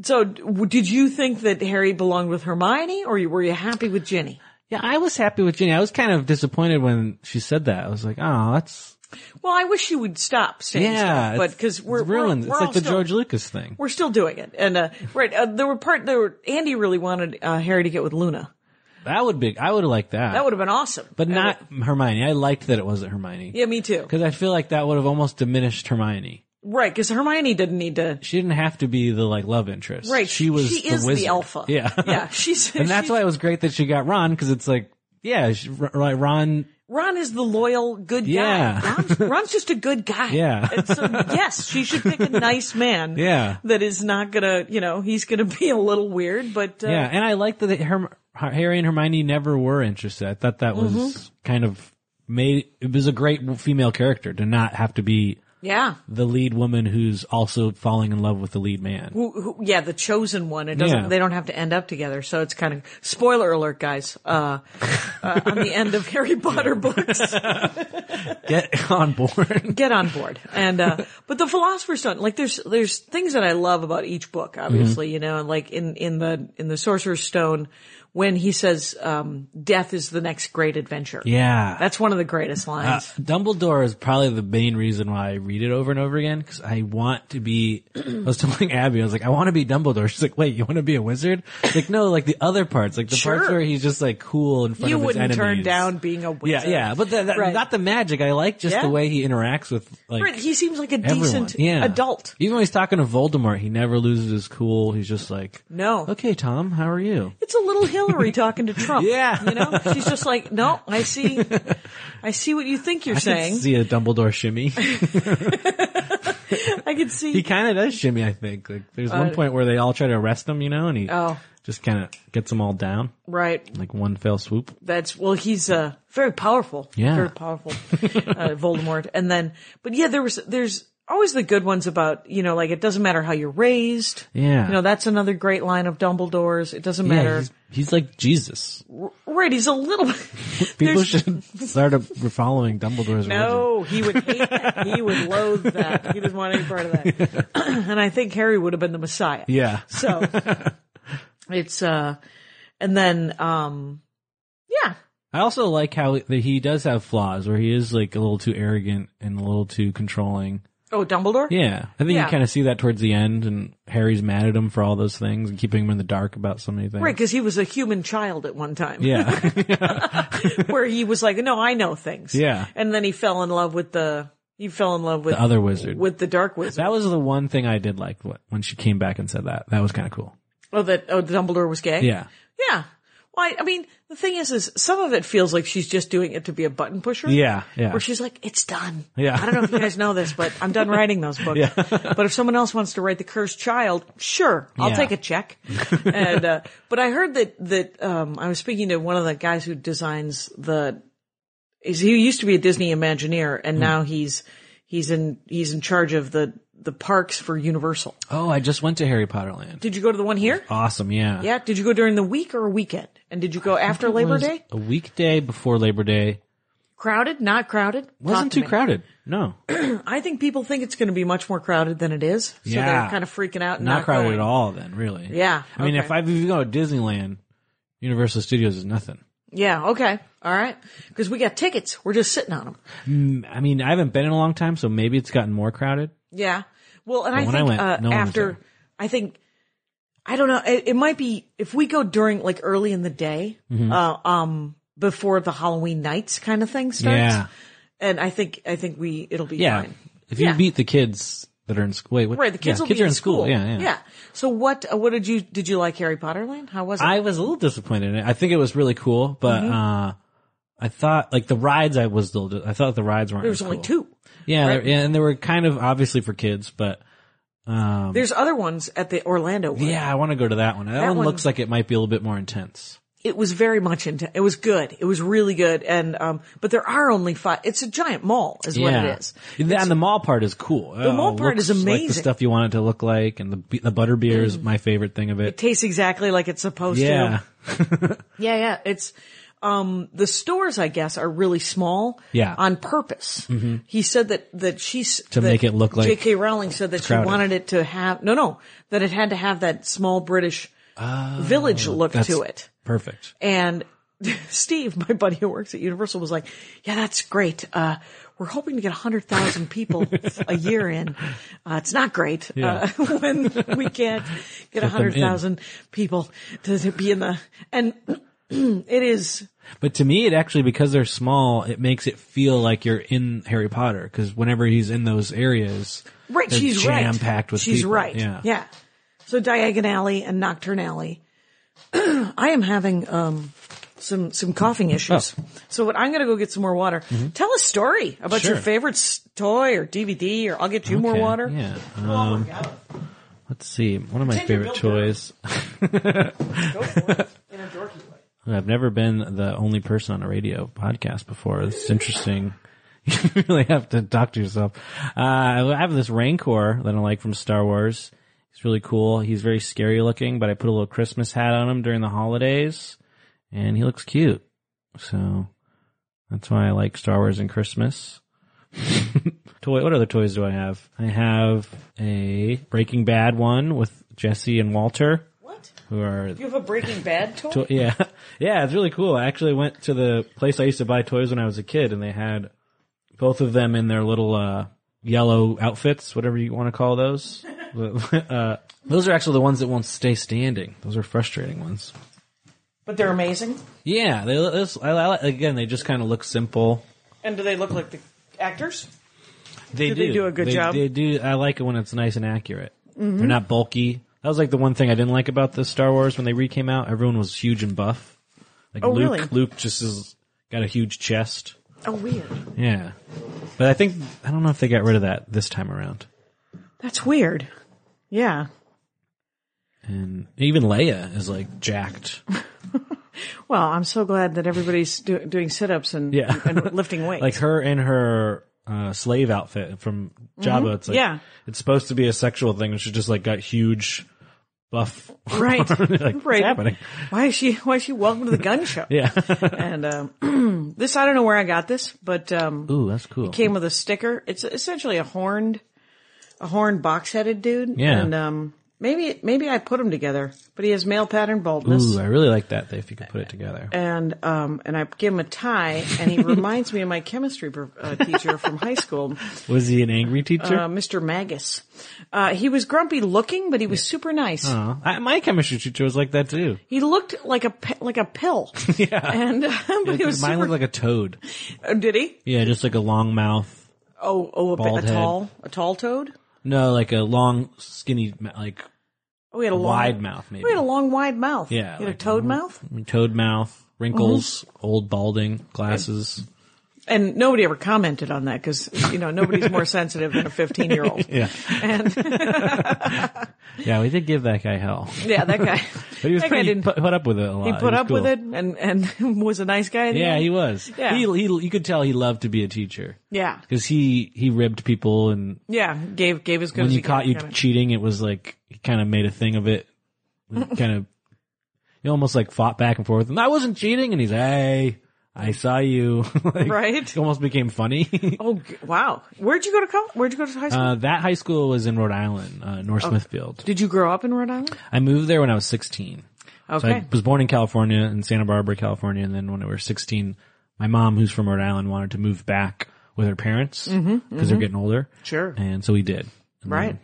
so, d- w- did you think that Harry belonged with Hermione, or you- were you happy with Ginny? Yeah, I was happy with Ginny. I was kind of disappointed when she said that. I was like, oh, that's Well, I wish you would stop saying yeah, stuff, but it's- because we're it's ruined. We're, it's we're all like the still, George Lucas thing. We're still doing it, and uh, right. Uh, there were part there. Were, Andy really wanted uh, Harry to get with Luna. That would be. I would have liked that. That would have been awesome, but That not would- Hermione. I liked that it wasn't Hermione. yeah, me too. Because I feel like that would have almost diminished Hermione. Right, because Hermione didn't need to. She didn't have to be the like love interest. Right, She was. She the is wizard. the alpha. Yeah. yeah. She's and that's she's- why it was great that she got Ron because it's like, yeah, she, right, Ron. Ron is the loyal, good guy. Yeah. Ron's, Ron's just a good guy. Yeah. And so, yes, she should pick a nice man. Yeah. That is not gonna, you know, he's gonna be a little weird, but, uh, Yeah, and I like that Herm- Harry and Hermione never were interested. I thought that was kind of made. It was a great female character to not have to be yeah. the lead woman who's also falling in love with the lead man. Who, who, yeah, the chosen one. It doesn't, Yeah. they don't have to end up together. So it's kind of, spoiler alert, guys, uh, uh, on the end of Harry Potter books. Get on board. get on board. And uh, but the Philosopher's Stone, like there's there's things that I love about each book, obviously, Mm-hmm. you know, and like in in the in the Sorcerer's Stone, when he says um, death is the next great adventure. yeah. that's one of the greatest Uh, lines. Dumbledore is probably the main reason why I read it over and over again because I want to be. I was telling Abby, I was like, I want to be Dumbledore. She's like, Wait, you want to be a wizard? Like, no, like the other parts, like the parts Sure. where he's just like cool in front you of his wouldn't enemies. turn down being a Yeah, wizard. yeah, but the, that, Right. not the magic. I like just Yeah. the way he interacts with like Right, he seems like a everyone. decent yeah. adult. Even when he's talking to Voldemort, he never loses his cool. He's just like, No, "Okay, Tom, how are you?" it's a little Hillary talking to Trump. Yeah. you know, she's just like, no, I see, I see what you think you're I can saying. see a Dumbledore shimmy. I can see. he kind of does shimmy. I think like there's one point where they all try to arrest him, you know, and he Uh, Oh. just kind of gets them all down right, like one fell swoop. That's well, he's uh very powerful. Yeah. very powerful. uh, Voldemort, and then, but yeah, there was there's always the good ones about you know like it doesn't matter how you're raised. Yeah. you know that's another great line of Dumbledore's. It doesn't Yeah, matter. he's, he's like Jesus. right, he's a little. People there's- should start up following Dumbledore's religion. No, he would hate that. He would loathe that. He doesn't want any part of that. and I think Harry would have been the Messiah. Yeah. So it's uh, and then um, yeah, I also like how that he does have flaws where he is like a little too arrogant and a little too controlling. oh Dumbledore. Yeah. I think Yeah. you kind of see that towards the end and Harry's mad at him for all those things and keeping him in the dark about so many things. Right, because he was a human child at one time. Yeah. where he was like, "No, I know things." Yeah. and then he fell in love with the he fell in love with the other wizard. with the dark wizard. that was the one thing I did like wh- when she came back and said that. That was kind of cool. oh, that oh, Dumbledore was gay. Yeah. yeah. Well, I, I mean, the thing is, is some of it feels like she's just doing it to be a button pusher. Yeah. Yeah. Where she's like, it's done. Yeah. I don't know if you guys know this, but I'm done writing those books. but if someone else wants to write The Cursed Child, sure, I'll Yeah. take a check. and, uh, but I heard that, that, um, I was speaking to one of the guys who designs the, is he used to be a Disney Imagineer and Hmm. now he's, he's in, he's in charge of the, the parks for Universal. Oh, I just went to Harry Potter Land. Did you go to the one here? Awesome. Yeah. Yeah. Did you go during the week or a weekend? And did you go after It Labor was Day? A weekday before Labor Day. Crowded? Not crowded? Talk Wasn't to too me. crowded. No. I think people think it's going to be much more crowded than it is. So Yeah. they're kind of freaking out. And not, not, crowded going. at all then, really. Yeah, I mean, okay. if I if you go to Disneyland, Universal Studios is nothing. Yeah. Okay. All right. Because we got tickets. We're just sitting on them. I mean, I haven't been in a long time, so maybe it's gotten more crowded. Yeah. Well, and I when think I went, uh, no one was after, there. I think, I don't know. It, it might be if we go during like early in the day, Mm-hmm. uh, um, before the Halloween nights kind of thing starts. Yeah. And I think I think we it'll be Yeah. fine. If you Yeah. beat the kids that are in school, wait, what? Right. The kids yeah, will kids be are in school. Yeah, yeah. So what? Uh, what did you did you like Harry Potter Land? How was it? I was a little disappointed. in it. I think it was really cool, but Mm-hmm. uh, I thought like the rides. I was a little. I thought the rides weren't. there was only two. Yeah, there- yeah, and they were kind of obviously for kids, but There's other ones at the Orlando one. Um, yeah, I want to go to that one. That, one, one- looks like it might be a little bit more intense. it was very much into it was good it was really good and um but there are only five it's a giant mall is what yeah, it is And the- and the mall part is cool. The mall part is Like amazing. Mm-hmm. the stuff you want it to look like, and the be- the butter beer is my favorite thing of it. tastes exactly like it's supposed yeah, to yeah yeah it's um, the stores, I guess, are really small. Yeah. Mm-hmm. On purpose. He said that, that she's, To that make it look like J.K. Rowling said that she crowded. wanted it to have, no, no, that it had to have that small British village look Oh, that's- to it. Perfect. And Steve, my buddy who works at Universal, was like, "Yeah, that's great. Uh, we're hoping to get hundred thousand people a year in. Uh, it's not great Yeah. uh, when we can't get hundred thousand people to, to be in the and it is But to me, it actually, because they're small, it makes it feel like you're in Harry Potter. Cause whenever he's in those areas, right. they're she's right. jam-packed with She's people. right. Yeah. yeah. So Diagon Alley and Nocturne Alley. I am having um some some coughing Oh. issues. So what I'm going to go get some more water. Tell a story about Mm-hmm. Sure. your favorite s- toy or DVD or I'll get you more Okay, water. Yeah. Oh, Um, let's see. One of my Take your favorite bill, Bill. toys. Go for it in a dorky way. I've never been the only person on a radio podcast before. It's interesting. you really have to talk to yourself. Uh, I have this Rancor that I like from Star Wars. He's really cool. He's very scary looking, but I put a little Christmas hat on him during the holidays and he looks cute. So that's why I like Star Wars and Christmas. Toy, what other toys do I have? I have a Breaking Bad one with Jesse and Walter What? who are You have a Breaking Bad toy? Toy- yeah, yeah, it's really cool. I actually went to the place I used to buy toys when I was a kid, and they had both of them in their little uh, yellow outfits, whatever you want to call those. uh, those are actually the ones that won't stay standing. Those are frustrating ones. But they're amazing. Yeah, they look- this- I, I, like- again, they just kind of look simple. And do they look like the actors? They Do they do a good job? They do. I like it when it's nice and accurate. They're not bulky. That was like the one thing I didn't like about the Star Wars when they re-came out. Everyone was huge and buff. Like Oh, Luke, really? Luke just has got a huge chest. Oh, weird. Yeah. But I think, I don't know if they got rid of that this time around. That's weird. Yeah. And even Leia is like jacked. Well, I'm so glad that everybody's do- doing sit-ups and, Yeah. and lifting weights. Like her in her uh, slave outfit from Jabba. It's like, Mm-hmm. Yeah. it's supposed to be a sexual thing. and She just like got huge buff. right. like, what's Right. happening? Why is she? Why is she welcome to the gun show? Yeah. And um, this, I don't know where I got this, but um, Ooh, that's cool. came with a sticker. It's essentially a horned, a horned box-headed dude. Yeah. And um, maybe maybe I put him together, but he has male pattern baldness. Ooh, I really like that if you could put it together. and um, and I give him a tie, and he reminds me of my chemistry pro- uh, teacher from high school, Was he an angry teacher? uh, Mr. Magus. Uh, he was grumpy looking, but he was super nice. Aw. I, my chemistry teacher was like that too. He looked like a pe- like a pill, and uh, but he was Mine super. looked like a toad. oh, did he? Yeah, just like a long mouth. Oh, oh, a, bit- a Bald head. tall, a tall toad. No, like a long, skinny, ma- like Oh, he had a long, wide mouth, maybe. We had a long, wide mouth. Yeah, he had like- mm-hmm. a toad mouth, Mm-hmm. toad mouth, wrinkles, old balding, glasses. and nobody ever commented on that because you know nobody's more sensitive than a fifteen-year-old. Yeah. And Yeah, we did give that guy hell. yeah, that guy. But he was that guy pretty, didn't. put, put up with it a lot. he put was up cool. with it and and was a nice guy. at the Yeah, end. he was. Yeah. He, he, you could tell he loved to be a teacher. Yeah. Cause he, he ribbed people and yeah gave gave as good when as he he caught could, you kinda. cheating, it was like, he kind of made a thing of it. kind of, he almost like fought back and forth and I wasn't cheating and he's, hey, I saw you. Like, Right. It almost became funny. Oh g- wow! Where'd you go to college? Where'd you go to high school? Uh, that high school was in Rhode Island, uh, Oh. North Smithfield. Did you grow up in Rhode Island? I moved there when I was 16. So Okay. I was born in California, in Santa Barbara, California, and then when I was 16, my mom, who's from Rhode Island, wanted to move back with her parents because they're getting older. Mm-hmm, Sure. And so we did. And Right.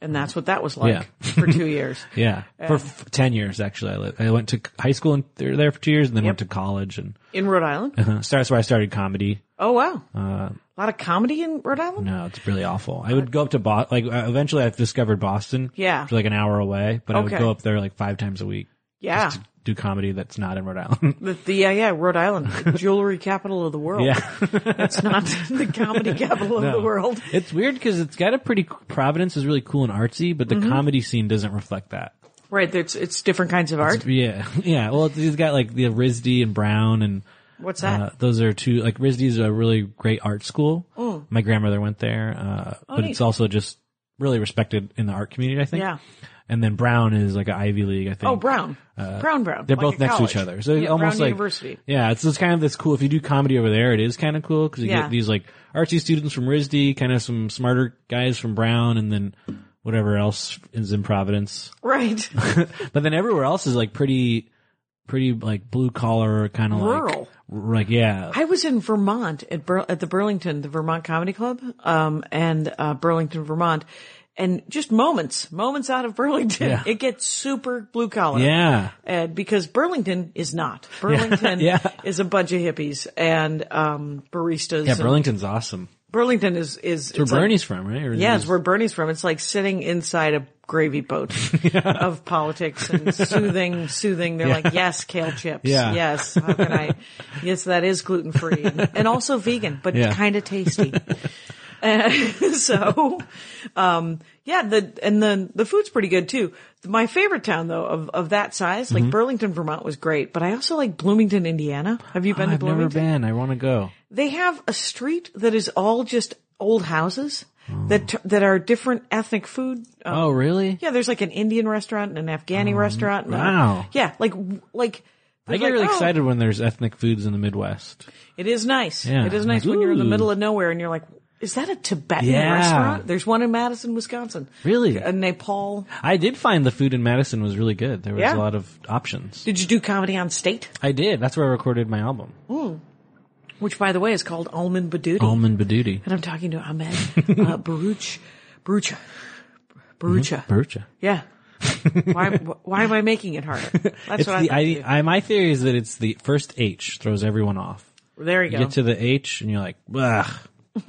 And that's what that was like Yeah. for two years. then- yeah. For f- 10 years, actually. I, li- I went to c- high school and th- there for two years and then went to college and In Rhode Island? uh, so that's where I started comedy. Oh, wow. Uh, a lot of comedy in Rhode Island? No, it's really awful. I would go up to Boston, like uh, eventually I've discovered Boston. Yeah. It's like an hour away, but I Okay. would go up there like five times a week. yeah. to do comedy that's not in Rhode Island. The, the- yeah, yeah, Rhode Island, the jewelry capital of the world. It's not the comedy capital of the world. It's weird because it's got a pretty, Providence is really cool and artsy, but the Mm-hmm. comedy scene doesn't reflect that. Right. It's, it's different kinds of art. Yeah. Yeah. Well, it's, it's got like the RISD and Brown and, What's that? uh, those are two, like RISD is a really great art school. My grandmother went there, uh, but Mm. Oh, neat. it's also just really respected in the art community, I think. yeah. and then Brown is like an Ivy League. I think. Oh, Brown. Brown, Brown. uh, They're Like both a next college. to each other, so Yeah, almost Brown like University. Yeah, it's just kind of this cool. If you do comedy over there, it is kind of cool because you Yeah. get these like artsy students from RISD, kind of some smarter guys from Brown, and then whatever else is in Providence. Right. But then everywhere else is like pretty, pretty like blue collar kind of Rural. like, r- like yeah, I was in Vermont at Bur- at the Burlington, the Vermont Comedy Club, um, and uh, Burlington, Vermont, and just moments, moments out of Burlington, Yeah. it gets super blue collar. yeah. And because Burlington is not. Burlington Yeah. is a bunch of hippies and um, baristas. Yeah, and- Burlington's awesome. Burlington is is It's it's where like- Bernie's from, right? Or is yeah, it it's where Bernie's from. It's like sitting inside a gravy boat of politics and soothing, soothing. They're like, yes, kale chips. Yeah. Yes. How can I? yes, that is gluten free and, and also vegan, but Yeah. kind of tasty. Uh, so, um, yeah, the, and the, the food's pretty good too. My favorite town though of, of that size, Mm-hmm. like Burlington, Vermont was great, but I also like Bloomington, Indiana. Have you been to Oh, I've Bloomington? never been. I want to go. they have a street that is all just old houses that Hmm. t- that are different ethnic food. Uh, Oh, really? yeah, there's like an Indian restaurant and an Afghani restaurant. and a- Hmm. wow. yeah, like like. I get like, really oh, excited when there's ethnic foods in the Midwest. It is nice. Yeah, It is I'm nice like, when you're in the ooh. middle of nowhere and you're like, is that a Tibetan Yeah. restaurant? There's one in Madison, Wisconsin. Really? A Nepal. I did find the food in Madison was really good. There was Yeah. a lot of options. Did you do comedy on state? I did. That's where I recorded my album, Which, by the way, is called Almond Badoody. Almond Badoody. and I'm talking to Ahmed uh, Baruch, Barucha, Barucha. Burcha. Yeah. why? Why am I making it harder? That's It's what I, the thought I, too. I, my theory is that it's the first H throws everyone off. There you, You go. get to the H and you're like, ugh.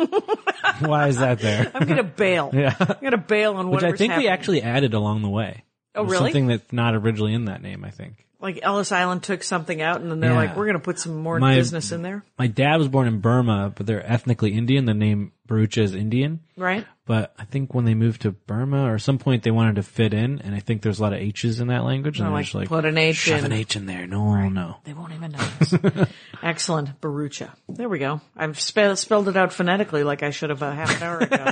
Why is that there? I'm gonna bail. Yeah. I'm gonna bail on Which whatever's I think happening. we actually added along the way. Oh, It was really? Something that's not originally in that name, I think. like Ellis Island took something out, and then they're Yeah. like, "We're gonna put some more My- business in there, My dad was born in Burma, but they're ethnically Indian. The name Barucha is Indian. right?" But I think when they moved to Burma or some point they wanted to fit in, and I think there's a lot of H's in that language. And They're they're like, just like, "Put an H shove in." an H in there. No one will know. They won't even notice. Excellent, Barucha. There we go. I've spe- spelled it out phonetically, like I should have a half an hour ago.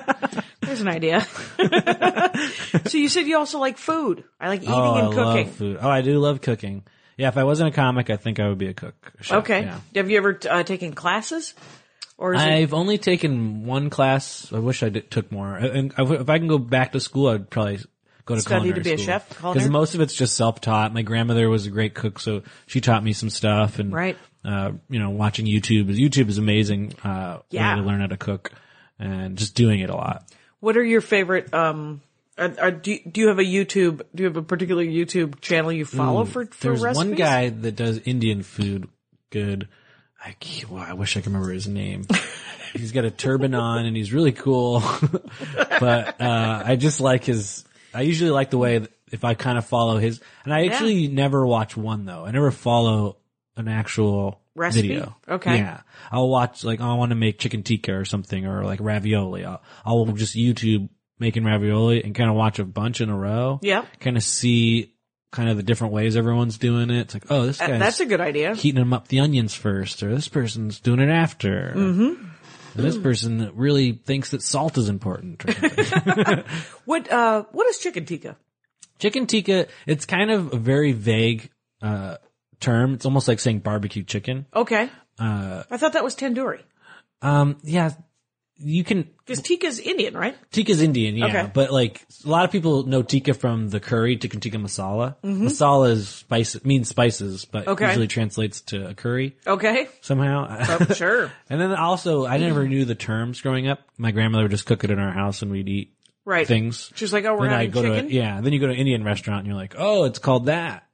There's an idea. so you said you also like food. I like eating oh, and I cooking. love food. Oh, I do love cooking. Yeah, if I wasn't a comic, I think I would be a cook. a chef, Okay. yeah. Have you ever uh, taken classes? Or is it I've only taken one class. I wish I did, took more. I- And I- if I can go back to school, I'd probably go to Study to culinary be a school. chef, culinary? Because most of it's just self-taught. My grandmother was a great cook, so she taught me some stuff. And Right. uh, you know, watching YouTube. YouTube is amazing. Uh, Yeah. way to learn how to cook and just doing it a lot. What are your favorite? Um, are, are, do you- do you have a YouTube? Do you have a particular YouTube channel you follow for for Mm, There's recipes? one guy that does Indian food good. I, can't- well, I wish I could remember his name. he's got a turban on and he's really cool. but uh, I just like his. I usually like the way that if I kind of follow his. And I actually never watch one though. I never follow an actual Recipe? video. Okay. Yeah, I'll watch like I want to make chicken tikka or something or like ravioli. I'll, I'll just YouTube making ravioli and kind of watch a bunch in a row. Yep. Kind of see kind of the different ways everyone's doing it. It's like, oh, this Uh, guy's That's a good idea. heating them up the onions first, or this person's doing it after. Mm-hmm. And this person really thinks that salt is important. Or something. What uh, what is chicken tikka? chicken tikka, it's kind of a very vague uh, term. It's almost like saying barbecue chicken. Okay, Uh, I thought that was tandoori Um, yeah, you can because tikka is Indian, right? Tikka's Indian, yeah, Okay. but like a lot of people know tikka from the curry, tikka tikka masala. Masala is spice means spices, but Mm-hmm. Okay. usually translates to a curry Okay, somehow. Oh, sure, and then also, I never knew the terms growing up. My grandmother would just cook it in our house, and we'd eat right. things. She's like, oh, we're then I having go chicken. to a, yeah. Then you go to an Indian restaurant, and you're like, oh, it's called that.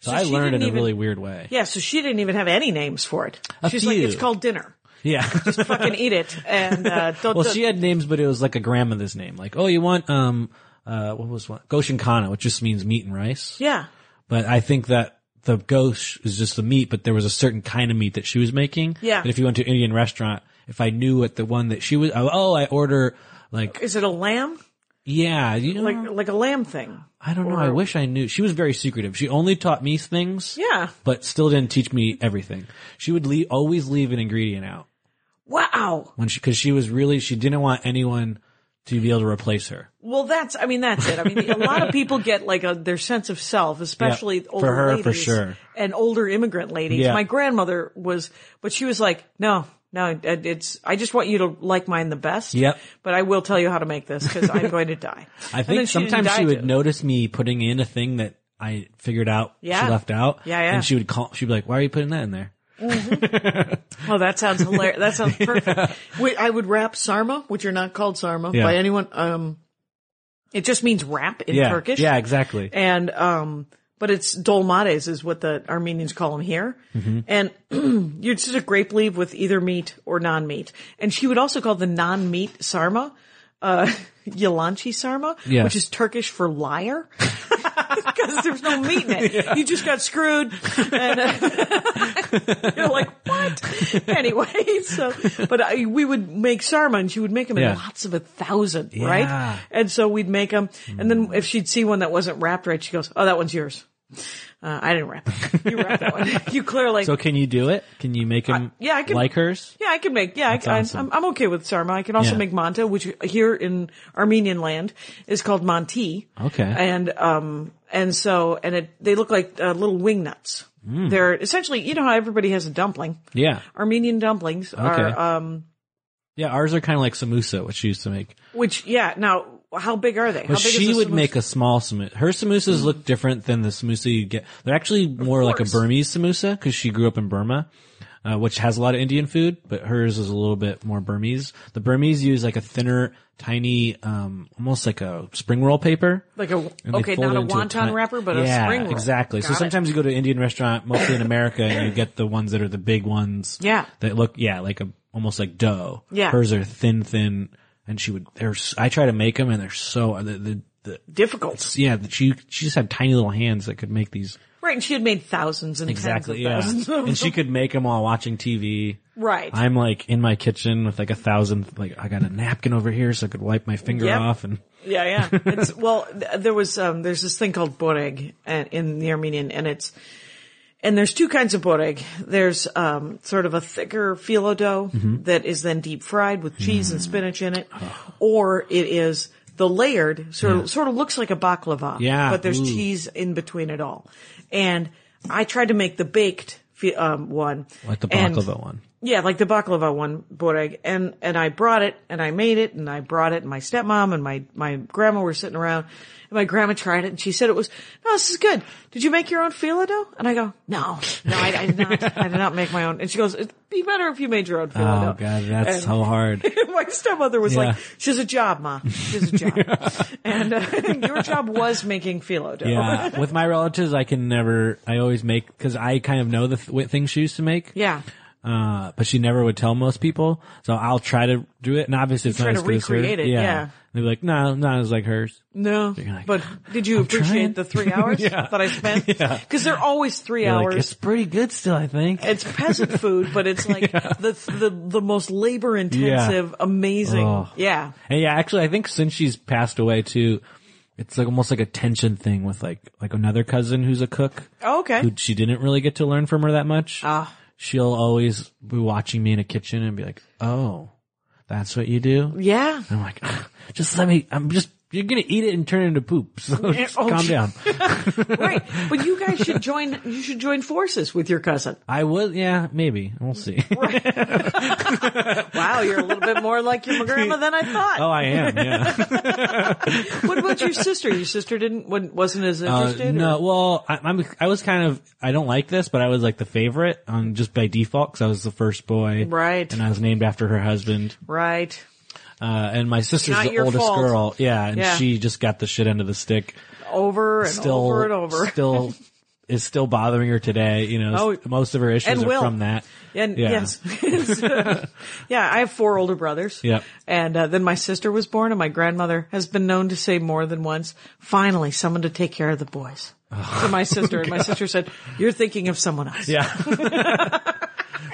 So, I she learned in didn't a even- really weird way. Yeah, so she didn't even have any names for it. A She's like, few. it's called dinner. yeah. Fucking eat it, and uh, don't. Well, don't- she had names, but it was like a grandmother's name. Like, oh, you want um, uh, what was one? Goshen Kana, which just means meat and rice. yeah, But I think that the gosh is just the meat, but there was a certain kind of meat that she was making. Yeah. That if you went to an Indian restaurant, if I knew what the one that she was, oh, I order like, is it a lamb? yeah, you know, Like like a lamb thing? I don't know. I wish I knew. She was very secretive. She only taught me things. Yeah. But still didn't teach me everything. She would leave, always leave an ingredient out Wow. when she, cause she was really, she didn't want anyone to be able to replace her. Well, that's, I mean, that's it. I mean, a lot of people get like a, their sense of self, especially Yeah, for older her, ladies for sure. and older immigrant ladies. Yeah. My grandmother was, but she was like, no, no, it- it's, I just want you to like mine the best. Yep. But I will tell you how to make this because I'm going to die. I And then think she didn't sometimes die she would to. notice me putting in a thing that I figured out Yeah. she left out. Yeah, yeah. And she would call. She'd be like, "Why are you putting that in there?" Oh, that sounds hilarious. That sounds perfect. Wait, I would wrap sarma, which are not called sarma Yeah. by anyone. Um, it just means wrap in yeah, Turkish. yeah, exactly. and um but it's dolmades is what the Armenians call them here. Mm-hmm. And you're just a grape leaf with either meat or non-meat. And she would also call the non-meat sarma, uh, yalanchi sarma, Yeah. which is Turkish for liar. Because there's no meat in it. You just got screwed. And uh, you're like, what? Anyway, so, but I, we would make sarma and she would make them Yeah. in lots of a thousand, right? Yeah. Mm. And so we'd make them. And then if she'd see one that wasn't wrapped right, she goes, Oh, that one's yours. Uh, I didn't wrap it. You wrapped that one. You clearly. So can you do it? Can you make him yeah, I can- like hers? yeah, I can make. Yeah, I, That's I, awesome. I'm, I'm okay with sarma. I can also Yeah. make manta, which here in Armenian land is called manti. Okay. And um and so and it they look like uh, little wing nuts. Mm. They're essentially you know how everybody has a dumpling. Yeah. Armenian dumplings Okay. are um Yeah, ours are kind of like samosa, which she used to make. which yeah now how big are they? How But big is she this would samosa? make a small samosa. Her samosas look different than the samosa you get. They're actually more like a course. Burmese samosa because she grew up in Burma, uh, which has a lot of Indian food, but hers is a little bit more Burmese. The Burmese use like a thinner, tiny, um, almost like a spring roll paper. like a and they okay fold not a it into wonton ti- wrapper but yeah, a spring roll. exactly. so Got it. sometimes you go to an Indian restaurant, mostly in America, and you get the ones that are the big ones. Yeah. That look, yeah, like a, almost like dough. Yeah. Hers are thin, thin, and she would, they're, s- I try to make them and they're so, uh, the, the, the difficult. yeah, that she, she just had tiny little hands that could make these. Right, and she had made thousands and Exactly. tens of Yeah. thousands of and she could make them while watching TV. Right. I'm like in my kitchen with like a thousand, like I got a napkin over here so I could wipe my finger Yep. off and Yeah, yeah. It's well, th- there was um, there's this thing called boreg uh, in the Armenian, and it's and there's two kinds of boreg. There's um, sort of a thicker phyllo dough Mm-hmm. that is then deep fried with cheese Mm. and spinach in it, Oh. or it is the layered sort of sort of looks like a baklava, Yeah, but there's ooh. cheese in between it all. And I tried to make the baked phi- um, one, like the and- baklava one. yeah, like the baklava one, boreg, and and I brought it and I made it and I brought it and my stepmom and my my grandma were sitting around and my grandma tried it and she said it was no, this is good. Did you make your own phyllo dough? And I go, no, no, I, I did not, I did not make my own. And she goes, it'd be better if you made your own phyllo dough. Oh god, that's And- so hard. my stepmother was Yeah. like, "She's a job, ma. She's a job." And uh, your job was making phyllo dough. Yeah, with my relatives, I can never. I always make because I kind of know the th- wi- things she used to make. Yeah. uh, but she never would tell most people. So I'll try to do it, and obviously it's try not to as good as hers. recreate it, yeah. And they're like, no, not as like hers. No, like, but did you "I'm appreciate trying." the three hours Yeah. that I spent? Yeah. Because they're always 3 They're like, hours. it's pretty good still, I think. it's peasant food, but it's like the the the most labor intensive, amazing. Oh. Yeah, And yeah, actually, I think since she's passed away too, it's like almost like a tension thing with like like another cousin who's a cook. Oh, okay. Who she didn't really get to learn from her that much. Ah. She'll always be watching me in a kitchen and be like, "Oh, that's what you do." yeah. And I'm like, "Ah, just let me. I'm just. You're gonna eat it and turn it into poop. So just oh, calm sh- down. Right, but you guys should join. You should join forces with your cousin. I would. Yeah, maybe. We'll see. Wow, you're a little bit more like your grandma than I thought. oh, I am. Yeah. What about your sister? Your sister didn't wa- wasn't as Oh. Uh, interested. or- no. Well, I, I'm. I was kind of. I don't like this, but I was like the favorite on just by default because I was the first boy. Right. And I was named after her husband. right. Uh, and my sister's Not the your oldest fault. girl. Yeah. And Yeah. she just got the shit end of the stick. Over and Still. over and over. Still. Is still bothering her today, you know. Oh, s- most of her issues and are will. from that. And Yeah. yes, yeah, I have four older brothers. Yep. And uh, then my sister was born, and my grandmother has been known to say more than once, "Finally, someone to take care of the boys." to my sister, and my sister said, "You're thinking of someone else." Oh, Yeah.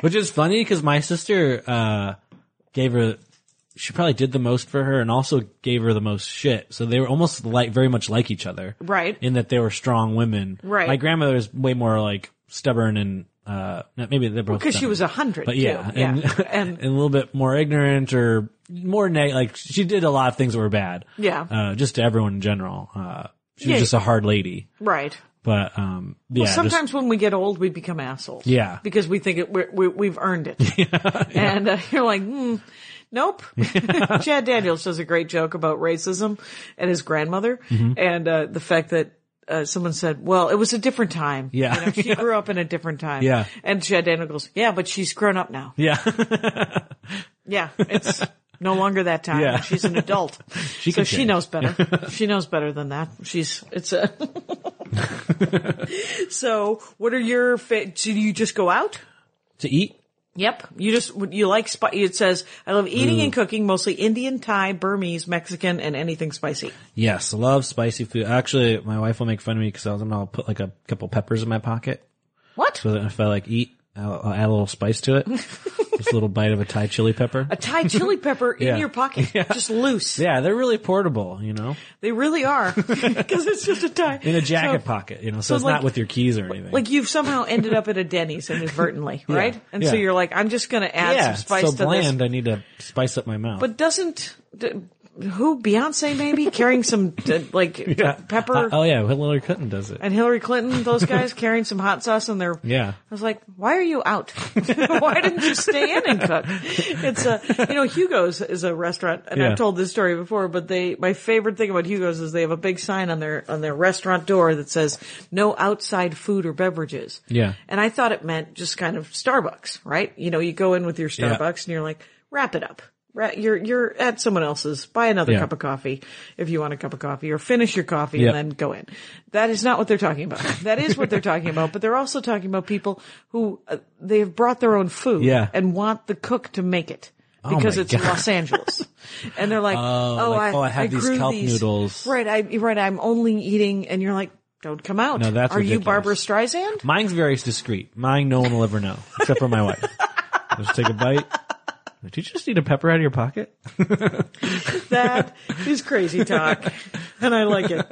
Which is funny because my sister uh, gave her, she probably did the most for her and also gave her the most shit. So they were almost like very much like each other, Right. In that they were strong women, Right. My grandmother is way more like stubborn and Uh, no, maybe they're both because she feminine. was a hundred. But yeah, too. yeah, and, and, and a little bit more ignorant or more neg- like she did a lot of things that were bad. Yeah. Uh, just to everyone in general. Uh, she Yeah. was just a hard lady. right. But, um, yeah. Well, just- sometimes when we get old, we become assholes. Yeah. because we think it, we're, we, we've earned it, and uh, you're like, mm, nope. Chad Daniels does a great joke about racism and his grandmother, Mm-hmm. and uh, the fact that. Uh, someone said, "Well, it was a different time. Yeah. You know, she grew up in a different time." Yeah. and Chad Daniels goes, "Yeah, but she's grown up now. yeah. Yeah, it's no longer that time. Yeah. She's an adult. She so can she change. knows better. she knows better than that. She's it's a. so, what are your? Fa- do you just go out? to eat? Yep. You just you like spi- it says I love eating Mm. and cooking mostly Indian, Thai, Burmese, Mexican, and anything spicy. Yes. I love spicy food. Actually, my wife will make fun of me because I'm going to put like a couple peppers in my pocket. What? So that if I like eat, I'll, I'll add a little spice to it. just a little bite of a Thai chili pepper. A Thai chili pepper Yeah. in your pocket, just loose. Yeah. They're really portable, you know, They really are because it's just a Thai in a jacket So- pocket, you know, so, it's like- not with your keys or anything. Like you've somehow ended up at a Denny's inadvertently, right? And so yeah. you're like, I'm just going to add yeah. some it's spice so to bland. this. I need to spice up my mouth. But doesn't d- who Beyonce maybe carrying some d- like pepper oh yeah, Hillary Clinton does it. and Hillary Clinton, those guys carrying some hot sauce on their Yeah. I was like, why are you out? why didn't you stay in and cook? It's a, you know, Hugo's is a restaurant and Yeah. I've told this story before, but they, my favorite thing about Hugo's is they have a big sign on their, on their restaurant door that says no outside food or beverages. Yeah. And I thought it meant just kind of Starbucks, right? You know, you go in with your Starbucks Yeah. and you're like, wrap it up. Ra- You're, you're at someone else's, buy another Yeah. cup of coffee if you want a cup of coffee or finish your coffee Yeah. and then go in. That is not what they're talking about. That is what they're talking about, but they're also talking about people who uh, they have brought their own food Yeah. and want the cook to make it. Oh Because my it's God. Los Angeles, and they're like, "Oh, I, like, oh, I had these grew kelp noodles." Right, I right. I'm only eating, and you're like, "Don't come out." No, that's Are you ridiculous. Barbara Streisand? Mine's very discreet. Mine, no one will ever know except for my wife. I'll just take a bite. Did you just need a pepper out of your pocket? that is crazy talk. And I like it.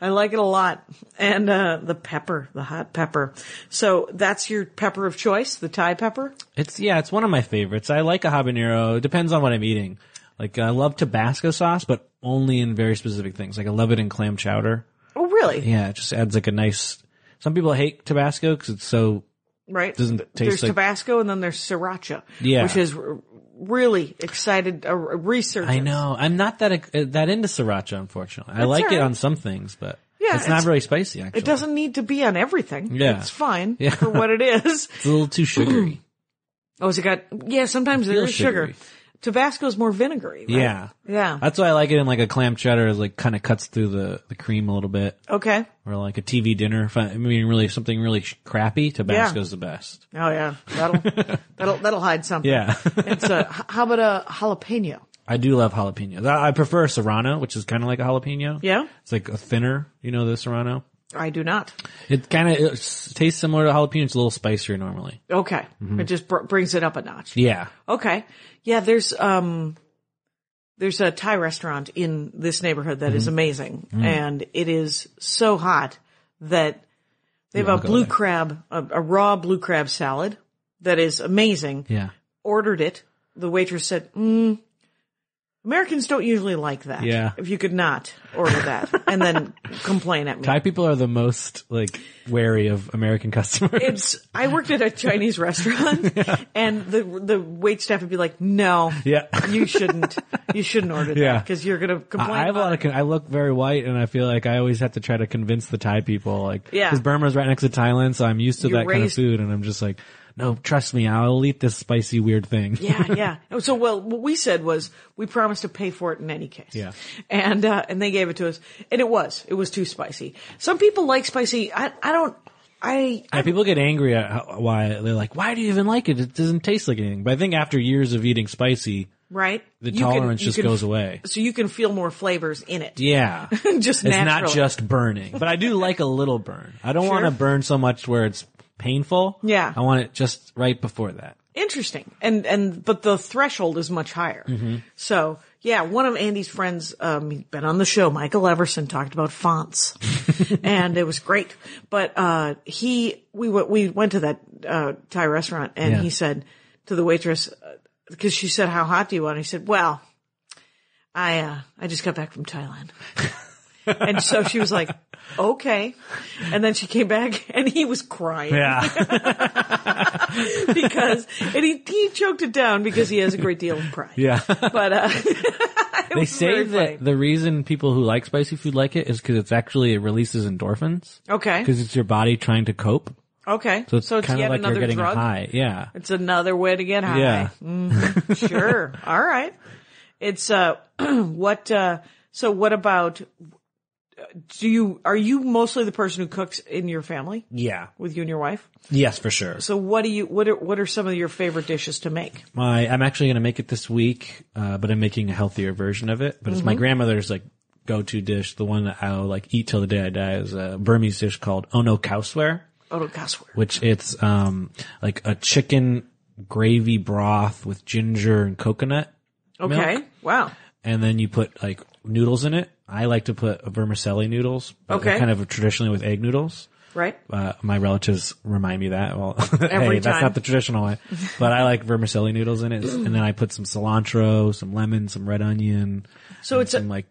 I like it a lot. And, uh, the pepper, the hot pepper. So that's your pepper of choice, the Thai pepper. It's yeah, it's one of my favorites. I like a habanero. It depends on what I'm eating. Like I love Tabasco sauce, but only in very specific things. Like I love it in clam chowder. Oh, really? Yeah, it just adds like a nice. Some people hate Tabasco because it's so Right? Doesn't it taste There's like- Tabasco and then there's sriracha. Yeah. Which is r- really excited, uh, research. I know. I'm not that uh, that into sriracha, unfortunately. I like all right. it on some things, but Yeah, it's, not it's- very spicy. Actually, It doesn't need to be on everything. Yeah. It's fine Yeah. for what it is. It's a little too sugary. Oh, so it got, yeah, sometimes there feels is sugar. sugary. Tabasco's more vinegary, right? Yeah, Yeah. that's why I like it in like a clam chowder. Is like kind of cuts through the the cream a little bit, Okay. or like a TV dinner. If I, I mean, really something really sh- crappy, Tabasco's the best. Oh yeah. That'll, that'll, that'll hide something. Yeah, It's a, h- how about a jalapeno? I do love jalapenos. I, I prefer serrano, which is kind of like a jalapeno. Yeah. it's like a thinner. You know the serrano. I do not. It kind of it s- tastes similar to jalapeno. It's a little spicier normally. Okay. Mm-hmm. It just br- brings it up a notch. Yeah, Okay. Yeah, there's, um, there's a Thai restaurant in this neighborhood that is Mm-hmm. amazing Mm. and it is so hot that they have I'll a go blue there. crab, a, a raw blue crab salad that is amazing. yeah, Ordered it. The waitress said, mm, Americans don't usually like that. Yeah. If you could not order that and then complain at me. Thai people are the most like wary of American customers. It's I worked at a Chinese restaurant, and the the wait staff would be like, "No, Yeah. you shouldn't, you shouldn't order that Yeah. because you're gonna complain." Uh, I have a about lot of. it." Con- I look very white, and I feel like I always have to try to convince the Thai people, like, Yeah. because Burma's right next to Thailand, so I'm used to You're that kind of raised- food, and I'm just like, no, trust me, I'll eat this spicy weird thing. yeah, yeah. Oh, So, well, what we said was we promised to pay for it in any case. Yeah. and uh, and they gave it to us, and it was it was too spicy. Some people like spicy. I I don't. I And people get angry at how, why they're like, why do you even like it? It doesn't taste like anything. But I think after years of eating spicy, right. the You can- tolerance you just can- goes away. So you can feel more flavors in it. Yeah, it's Just not naturally. just burning, but I do like a little burn. I don't Sure. want to burn so much where it's painful. Yeah. I want it just right before that. Interesting. And, and, but the threshold is much higher. So yeah, one of Andy's friends, um, he'd been on the show, Michael Everson talked about fonts and it was great. But, uh, he, we went, we went to that uh, Thai restaurant, and Yeah. he said to the waitress, because she said, "How hot do you want?" He said, "Well, I uh, I just got back from Thailand." and so she was like, "Okay," and then she came back, and he was crying Yeah. because, and he he choked it down because he has a great deal of pride. Yeah. But uh, they say very funny. that the reason people who like spicy food like it is because it's actually, it releases endorphins okay, because it's your body trying to cope. okay, So it's, kind yet of like you're another getting drug. a high. Yeah. It's another way to get high. Yeah. Mhm. Sure. All right. It's uh what uh so what about do you are you mostly the person who cooks in your family Yeah. with you and your wife? Yes, for sure. So what do you what are what are some of your favorite dishes to make? My, I'm actually going to make it this week, uh, but I'm making a healthier version of it. But it's my grandmother's like go-to dish. The one that I'll like eat till the day I die is a Burmese dish called Ono Cowsware, Oh gosh. we're- which it's, um, like a chicken gravy broth with ginger and coconut. Okay. Milk. Wow. And then you put like noodles in it. I like to put vermicelli noodles, but Okay. kind of traditionally with egg noodles. Right? uh, my relatives remind me that. Well, Every hey, that's time. not the traditional way, but I like vermicelli noodles in it, and then I put some cilantro, some lemon, some red onion, So it's some a, like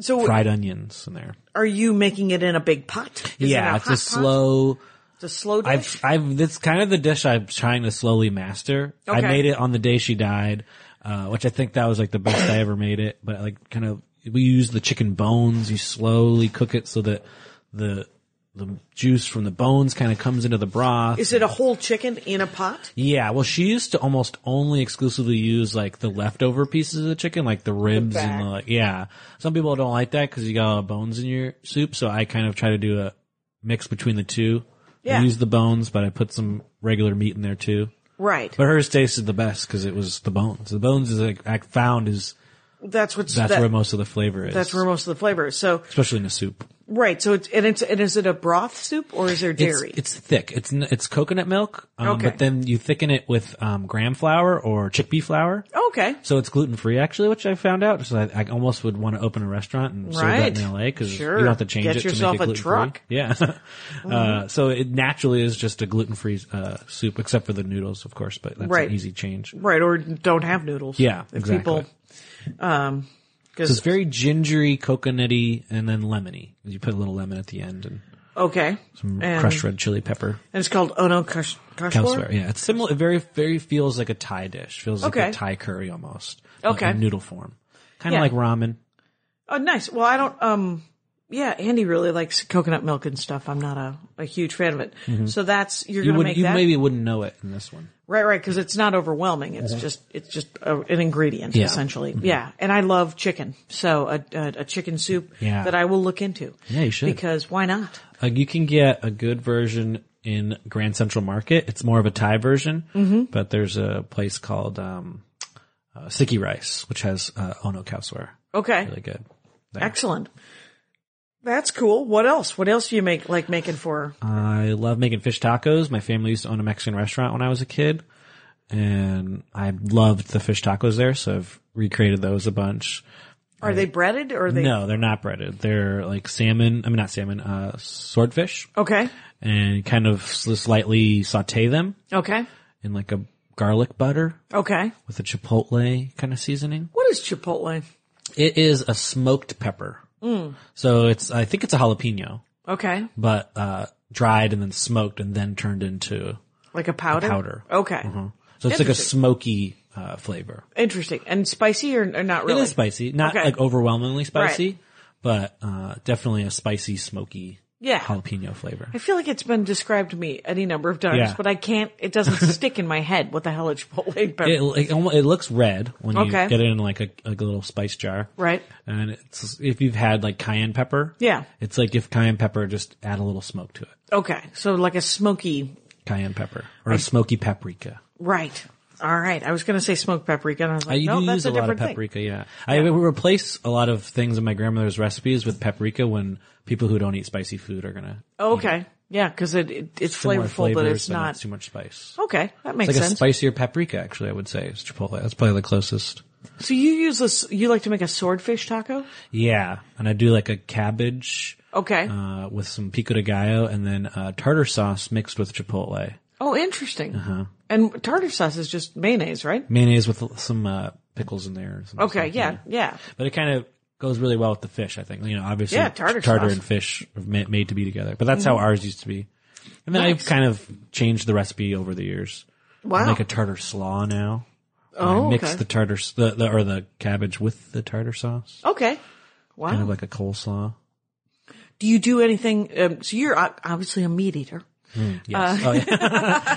so fried onions in there. are you making it in a big pot? Is it yeah, a it's hot a pot? slow. It's a slow dish. I've I've that's kind of the dish I'm trying to slowly master. I Okay. made it on the day she died, uh, which I think that was like the best I ever made it. But like kind of we use the chicken bones. You slowly cook it so that the the juice from the bones kind of comes into the broth. Is it a whole chicken in a pot? Yeah, well, she used to almost only exclusively use like the leftover pieces of the chicken, like the ribs and the back. like. Yeah, some people don't like that because you got a lot of bones in your soup. So I kind of try to do a mix between the two. Yeah. I use the bones, but I put some regular meat in there too. Right. But hers tasted the best because it was the bones. The bones is like I found is That's what's that's that- where most of the flavor is, that's where most of the flavor is. So especially in a soup. Right. So it's and it's and is it a broth soup or is there It's, dairy? it's thick. It's n- it's coconut milk, um, Okay. but then you thicken it with um, graham flour or chickpea flour. okay. So it's gluten free actually, which I found out. So I, I almost would want to open a restaurant and serve Right. that in LA because Sure. you don't have to change Get it yourself to a make it gluten-free. truck. Mm-hmm. Yeah. uh, so it naturally is just a gluten free uh, soup, except for the noodles, of course. But that's Right. an easy change. Right. Or don't have noodles. Yeah, If exactly. people, um, So it's because very gingery, coconutty, and then lemony. You put a little lemon at the end and okay, some and, crushed red chili pepper. and it's called oh ono kash, kashwar? Elsewhere. Yeah, it's similar. It very, very feels like a Thai dish. Feels Okay. like a Thai curry almost. but Okay. in noodle form, kind of Yeah. like ramen. Oh, nice. Well, I don't. Um, yeah, Andy really likes coconut milk and stuff. I'm not a, a huge fan of it. So that's you're Mm-hmm. You gonna would, make you that maybe wouldn't know it in this one. right, right? Because it's not overwhelming. It's just it's just a, an ingredient Uh-huh. Yeah. Mm-hmm. essentially. Yeah, and I love chicken. So a, a a chicken soup Yeah. that I will look into. Yeah, you should. because why not? Uh, you can get a good version in Grand Central Market. It's more of a Thai version, but there's a place called um, uh, Siki Rice, which has uh, Ono Kausware. Okay. Really good. Excellent. That's cool. What else? What else do you make like making for? I love making fish tacos. My family used to own a Mexican restaurant when I was a kid, and I loved the fish tacos there, so I've recreated those a bunch. Are they breaded or are they Uh, No, they're not breaded. They're like salmon, I mean not salmon, uh, swordfish, Okay. and kind of s- slightly saute them Okay. in like a garlic butter. Okay. with a chipotle kind of seasoning. What is Chipotle? It is a smoked pepper. Mm. So it's, I think it's a jalapeno, Okay. but, uh, dried and then smoked and then turned into, Like a powder? powder. Mm-hmm. Uh-huh. Okay. so it's like a Interesting. smoky, uh, flavor. Interesting. And spicy or, or not really? It is spicy, not Okay. like overwhelmingly spicy, but, uh, definitely a spicy, smoky Yeah. jalapeno flavor. I feel like it's been described to me any number of times, Yeah. but I can't it doesn't stick in my head what the hell is Chipotle pepper. It, it, almo- it looks red when you Okay. get it in like a, like a little spice jar. right? And it's, if you've had like cayenne pepper. Yeah. It's like if cayenne pepper, just add a little smoke to it. Okay. So like a smoky cayenne pepper or smoky paprika. right. All right. I was gonna say smoked paprika and I was I like, no, do that's use a, a, lot of different thing. paprika. Yeah, I would replace a lot of things in my grandmother's recipes with paprika when people who don't eat spicy food are gonna Okay. Yeah, because it, it it's similar flavorful, but flavors it's and not too much spice. Okay, that It's makes like a sense. spicier paprika, actually. I would say it's chipotle. That's probably the closest. so you use this? You like to make a swordfish taco? Yeah, and I do like a cabbage Okay, Uh-huh. uh, with some pico de gallo and then uh, tartar sauce mixed with chipotle. Oh, interesting. And tartar sauce is just mayonnaise, right? Uh-huh. Mayonnaise with some uh, pickles in there. or some Okay, stuff, yeah, yeah. But it kind of goes really well with the fish, I think. You know, obviously Yeah, Mm-hmm. tartar sauce. and fish are ma- made to be together. But that's how ours used to be. And then I've kind of changed the recipe over the years. I Wow. make a tartar slaw now. And Oh, I mix okay. the tartar s- the, the or the cabbage with the tartar sauce. Okay. Wow. Kind of like a coleslaw. Do you do anything? Um, so you're o- obviously a meat eater. Yes. Uh. oh, yeah.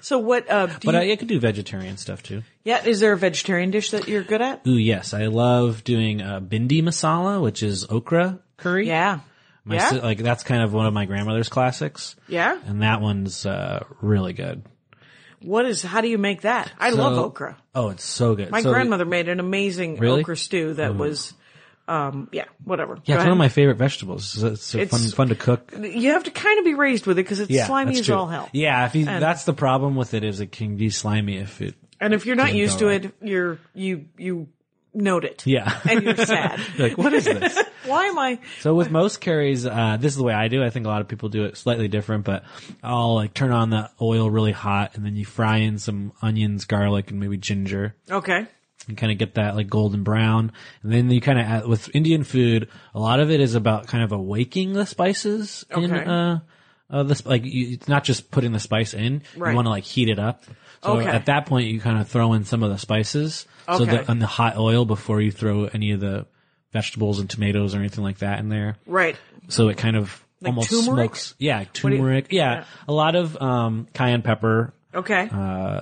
So what? Uh, do But you, I, I could do vegetarian stuff too. yeah, is there a vegetarian dish that you're good at? Ooh, yes. I love doing uh, bindi masala, which is okra curry. Yeah. My Yeah? si- like that's kind of one of my grandmother's classics. Yeah. And that one's uh, really good. What is? How do you make that? I So- love okra. Oh, it's so good. My So- grandmother made an amazing Really? Mm-hmm. okra stew that was, um, yeah, whatever. Yeah, Go it's one of my ahead. favorite vegetables. It's, it's so fun, It's- fun to cook. You have to kind of be raised with it because it's Yeah, slimy that's as true. all hell. Yeah, if you, that's the problem with it is it can be slimy if it. And if you're not Didn't used go to it, you're you you note it. Yeah. And you're sad. like, what is this? Why am I? So with most curries, uh, this is the way I do. it. I think a lot of people do it slightly different, but I'll like turn on the oil really hot and then you fry in some onions, garlic, and maybe ginger. Okay. and kind of get that like golden brown. And then you kind of add, with Indian food, a lot of it is about kind of awaking the spices in Okay. uh, uh the sp- like you, it's not just putting the spice in. Right. You want to like heat it up. So Okay. at that point, you kind of throw in some of the spices. So Okay. the, on the hot oil before you throw any of the vegetables and tomatoes or anything like that in there. Right. So it kind of Like almost turmeric? smokes. Yeah, you- turmeric. yeah. a lot of um cayenne pepper, Okay. Uh,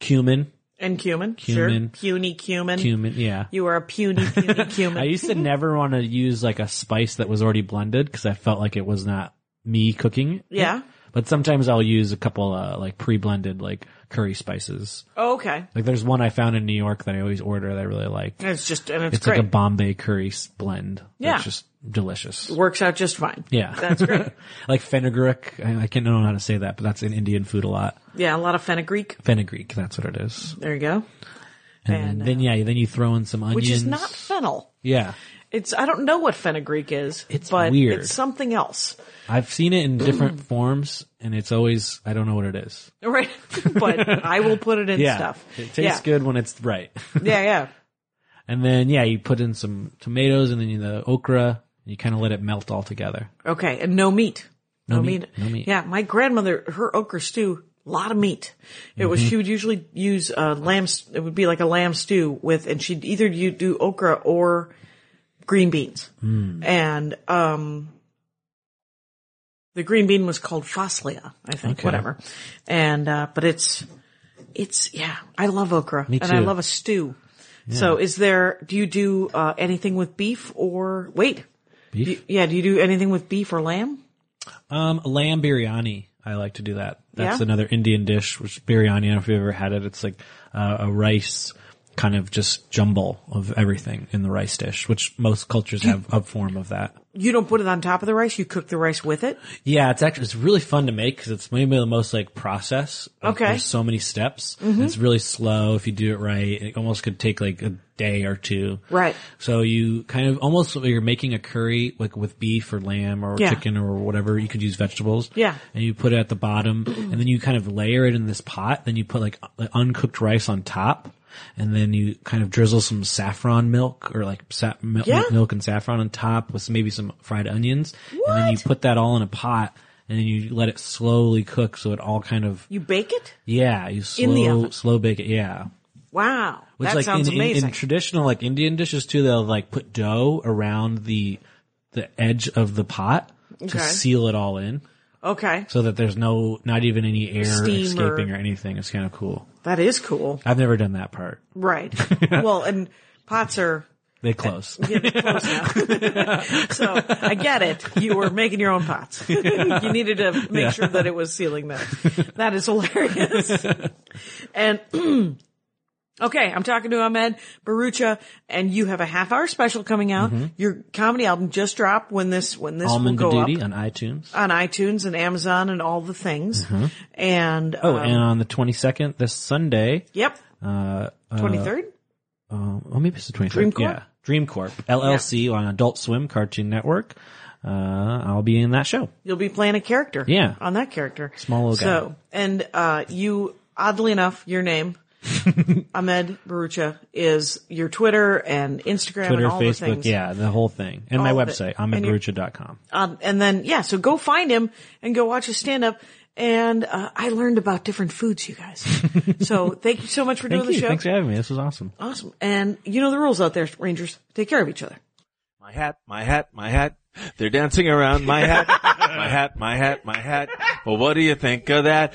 cumin, and cumin. Sure. cumin. Puny cumin. cumin. Yeah. You are a puny puny I cumin. used to never want to use like a spice that was already blended because I felt like it was not me cooking. Yeah. But sometimes I'll use a couple uh, like pre-blended like curry spices. Oh, okay. Like there's one I found in New York that I always order that I really like. And It's just and it's, It's great. like a Bombay curry s- blend. Yeah. It's just delicious. Works out just fine. Yeah. That's great. like fenugreek. I, I can't know how to say that, but that's in Indian food a lot. Yeah, a lot of fenugreek. Fenugreek. That's what it is. There you go. And, And, then, then yeah, then you throw in some onions. Which is not fennel. Yeah. It's I don't know what fenugreek is. It's but weird. It's something else. I've seen it in different forms and it's always, I don't know what it is. Right. but I will put it in yeah. stuff. It tastes yeah. good when it's right. Yeah, yeah. and then yeah, you put in some tomatoes and then you- the okra. And you kind of let it melt all together. Okay, and no meat. No, meat, meat. no meat. Yeah, my grandmother, her okra stew, a lot of meat. It was Mm-hmm. she would usually use uh, lamb. s- It would be like a lamb stew with, and she'd either you do okra or green beans. Mm. And um, the green bean was called faslia, I think, Okay. whatever. And uh, but it's it's yeah, I love okra, Me and I too. love a stew. So, is there? Do you do uh, anything with beef or wait? Beef? Do you- yeah, do you do anything with beef or lamb? Um, lamb biryani. I like to do that. That's Yeah? another Indian dish, which biryani. I don't know if you've ever had it. It's like uh, a rice kind of just jumble of everything in the rice dish, which most cultures have a form of that. You don't put it on top of the rice. You cook the rice with it. Yeah, it's actually it's really fun to make because it's maybe the most like process. Like, Okay. Mm-hmm. there's so many steps. and It's really slow if you do it right. It almost could take like a day or two. Right. So you kind of almost you're making a curry like with beef or lamb or Yeah. chicken or whatever. You could use vegetables. Yeah. And you put it at the bottom, and then you kind of layer it in this pot. Then you put like u- uncooked rice on top. And then you kind of drizzle some saffron milk or like sa- mil- Yeah. milk and saffron on top with maybe some fried onions. And then you put that all in a pot and then you let it slowly cook so it all kind of You bake it. yeah, you In the slow oven. slow bake it, yeah. Wow, Which that like sounds in, in, amazing. in traditional like Indian dishes too, they'll like put dough around the the edge of the pot Okay. to seal it all in okay, so that there's no not even any air Steam or- escaping or anything. It's kind of cool. that is cool. I've never done that part. Right. Well, and pots are. They close. Yeah, they're closed now. so I get it. You were making your own pots. you needed to make sure that it was sealing them. That is hilarious. and okay, I'm talking to Ahmed Barucha, and you have a half hour special coming out. Your comedy album just dropped when this when this Mm-hmm. Almond will go Duty up on iTunes. on iTunes and Amazon and all the things. And Mm-hmm. Oh, um, and on the 22nd, this Sunday, yep, uh, uh, twenty third. um, oh, maybe it's the 23rd. Dream Corp? Yeah. Dream Corp. LLC on Adult Swim Cartoon Network. uh, I'll be in that show. You'll be playing a character. Yeah. On that character. Small little guy. So, and, uh, you, oddly enough, your name, Ahmed Barucha, is your Twitter and Instagram Twitter, and all the Facebook, things. yeah, the whole thing. And my All of it. website, I'm at And you- Barucha.com. Um, and then, yeah, so go find him and go watch his stand up. And, uh, I learned about different foods, you guys. so thank you so much for doing Thank the you. show. Thanks for having me. This was awesome. Awesome. And you know the rules out there, Rangers. Take care of each other. My hat, my hat, my hat. They're dancing around my hat, my hat, my hat, my hat. Well, what do you think of that?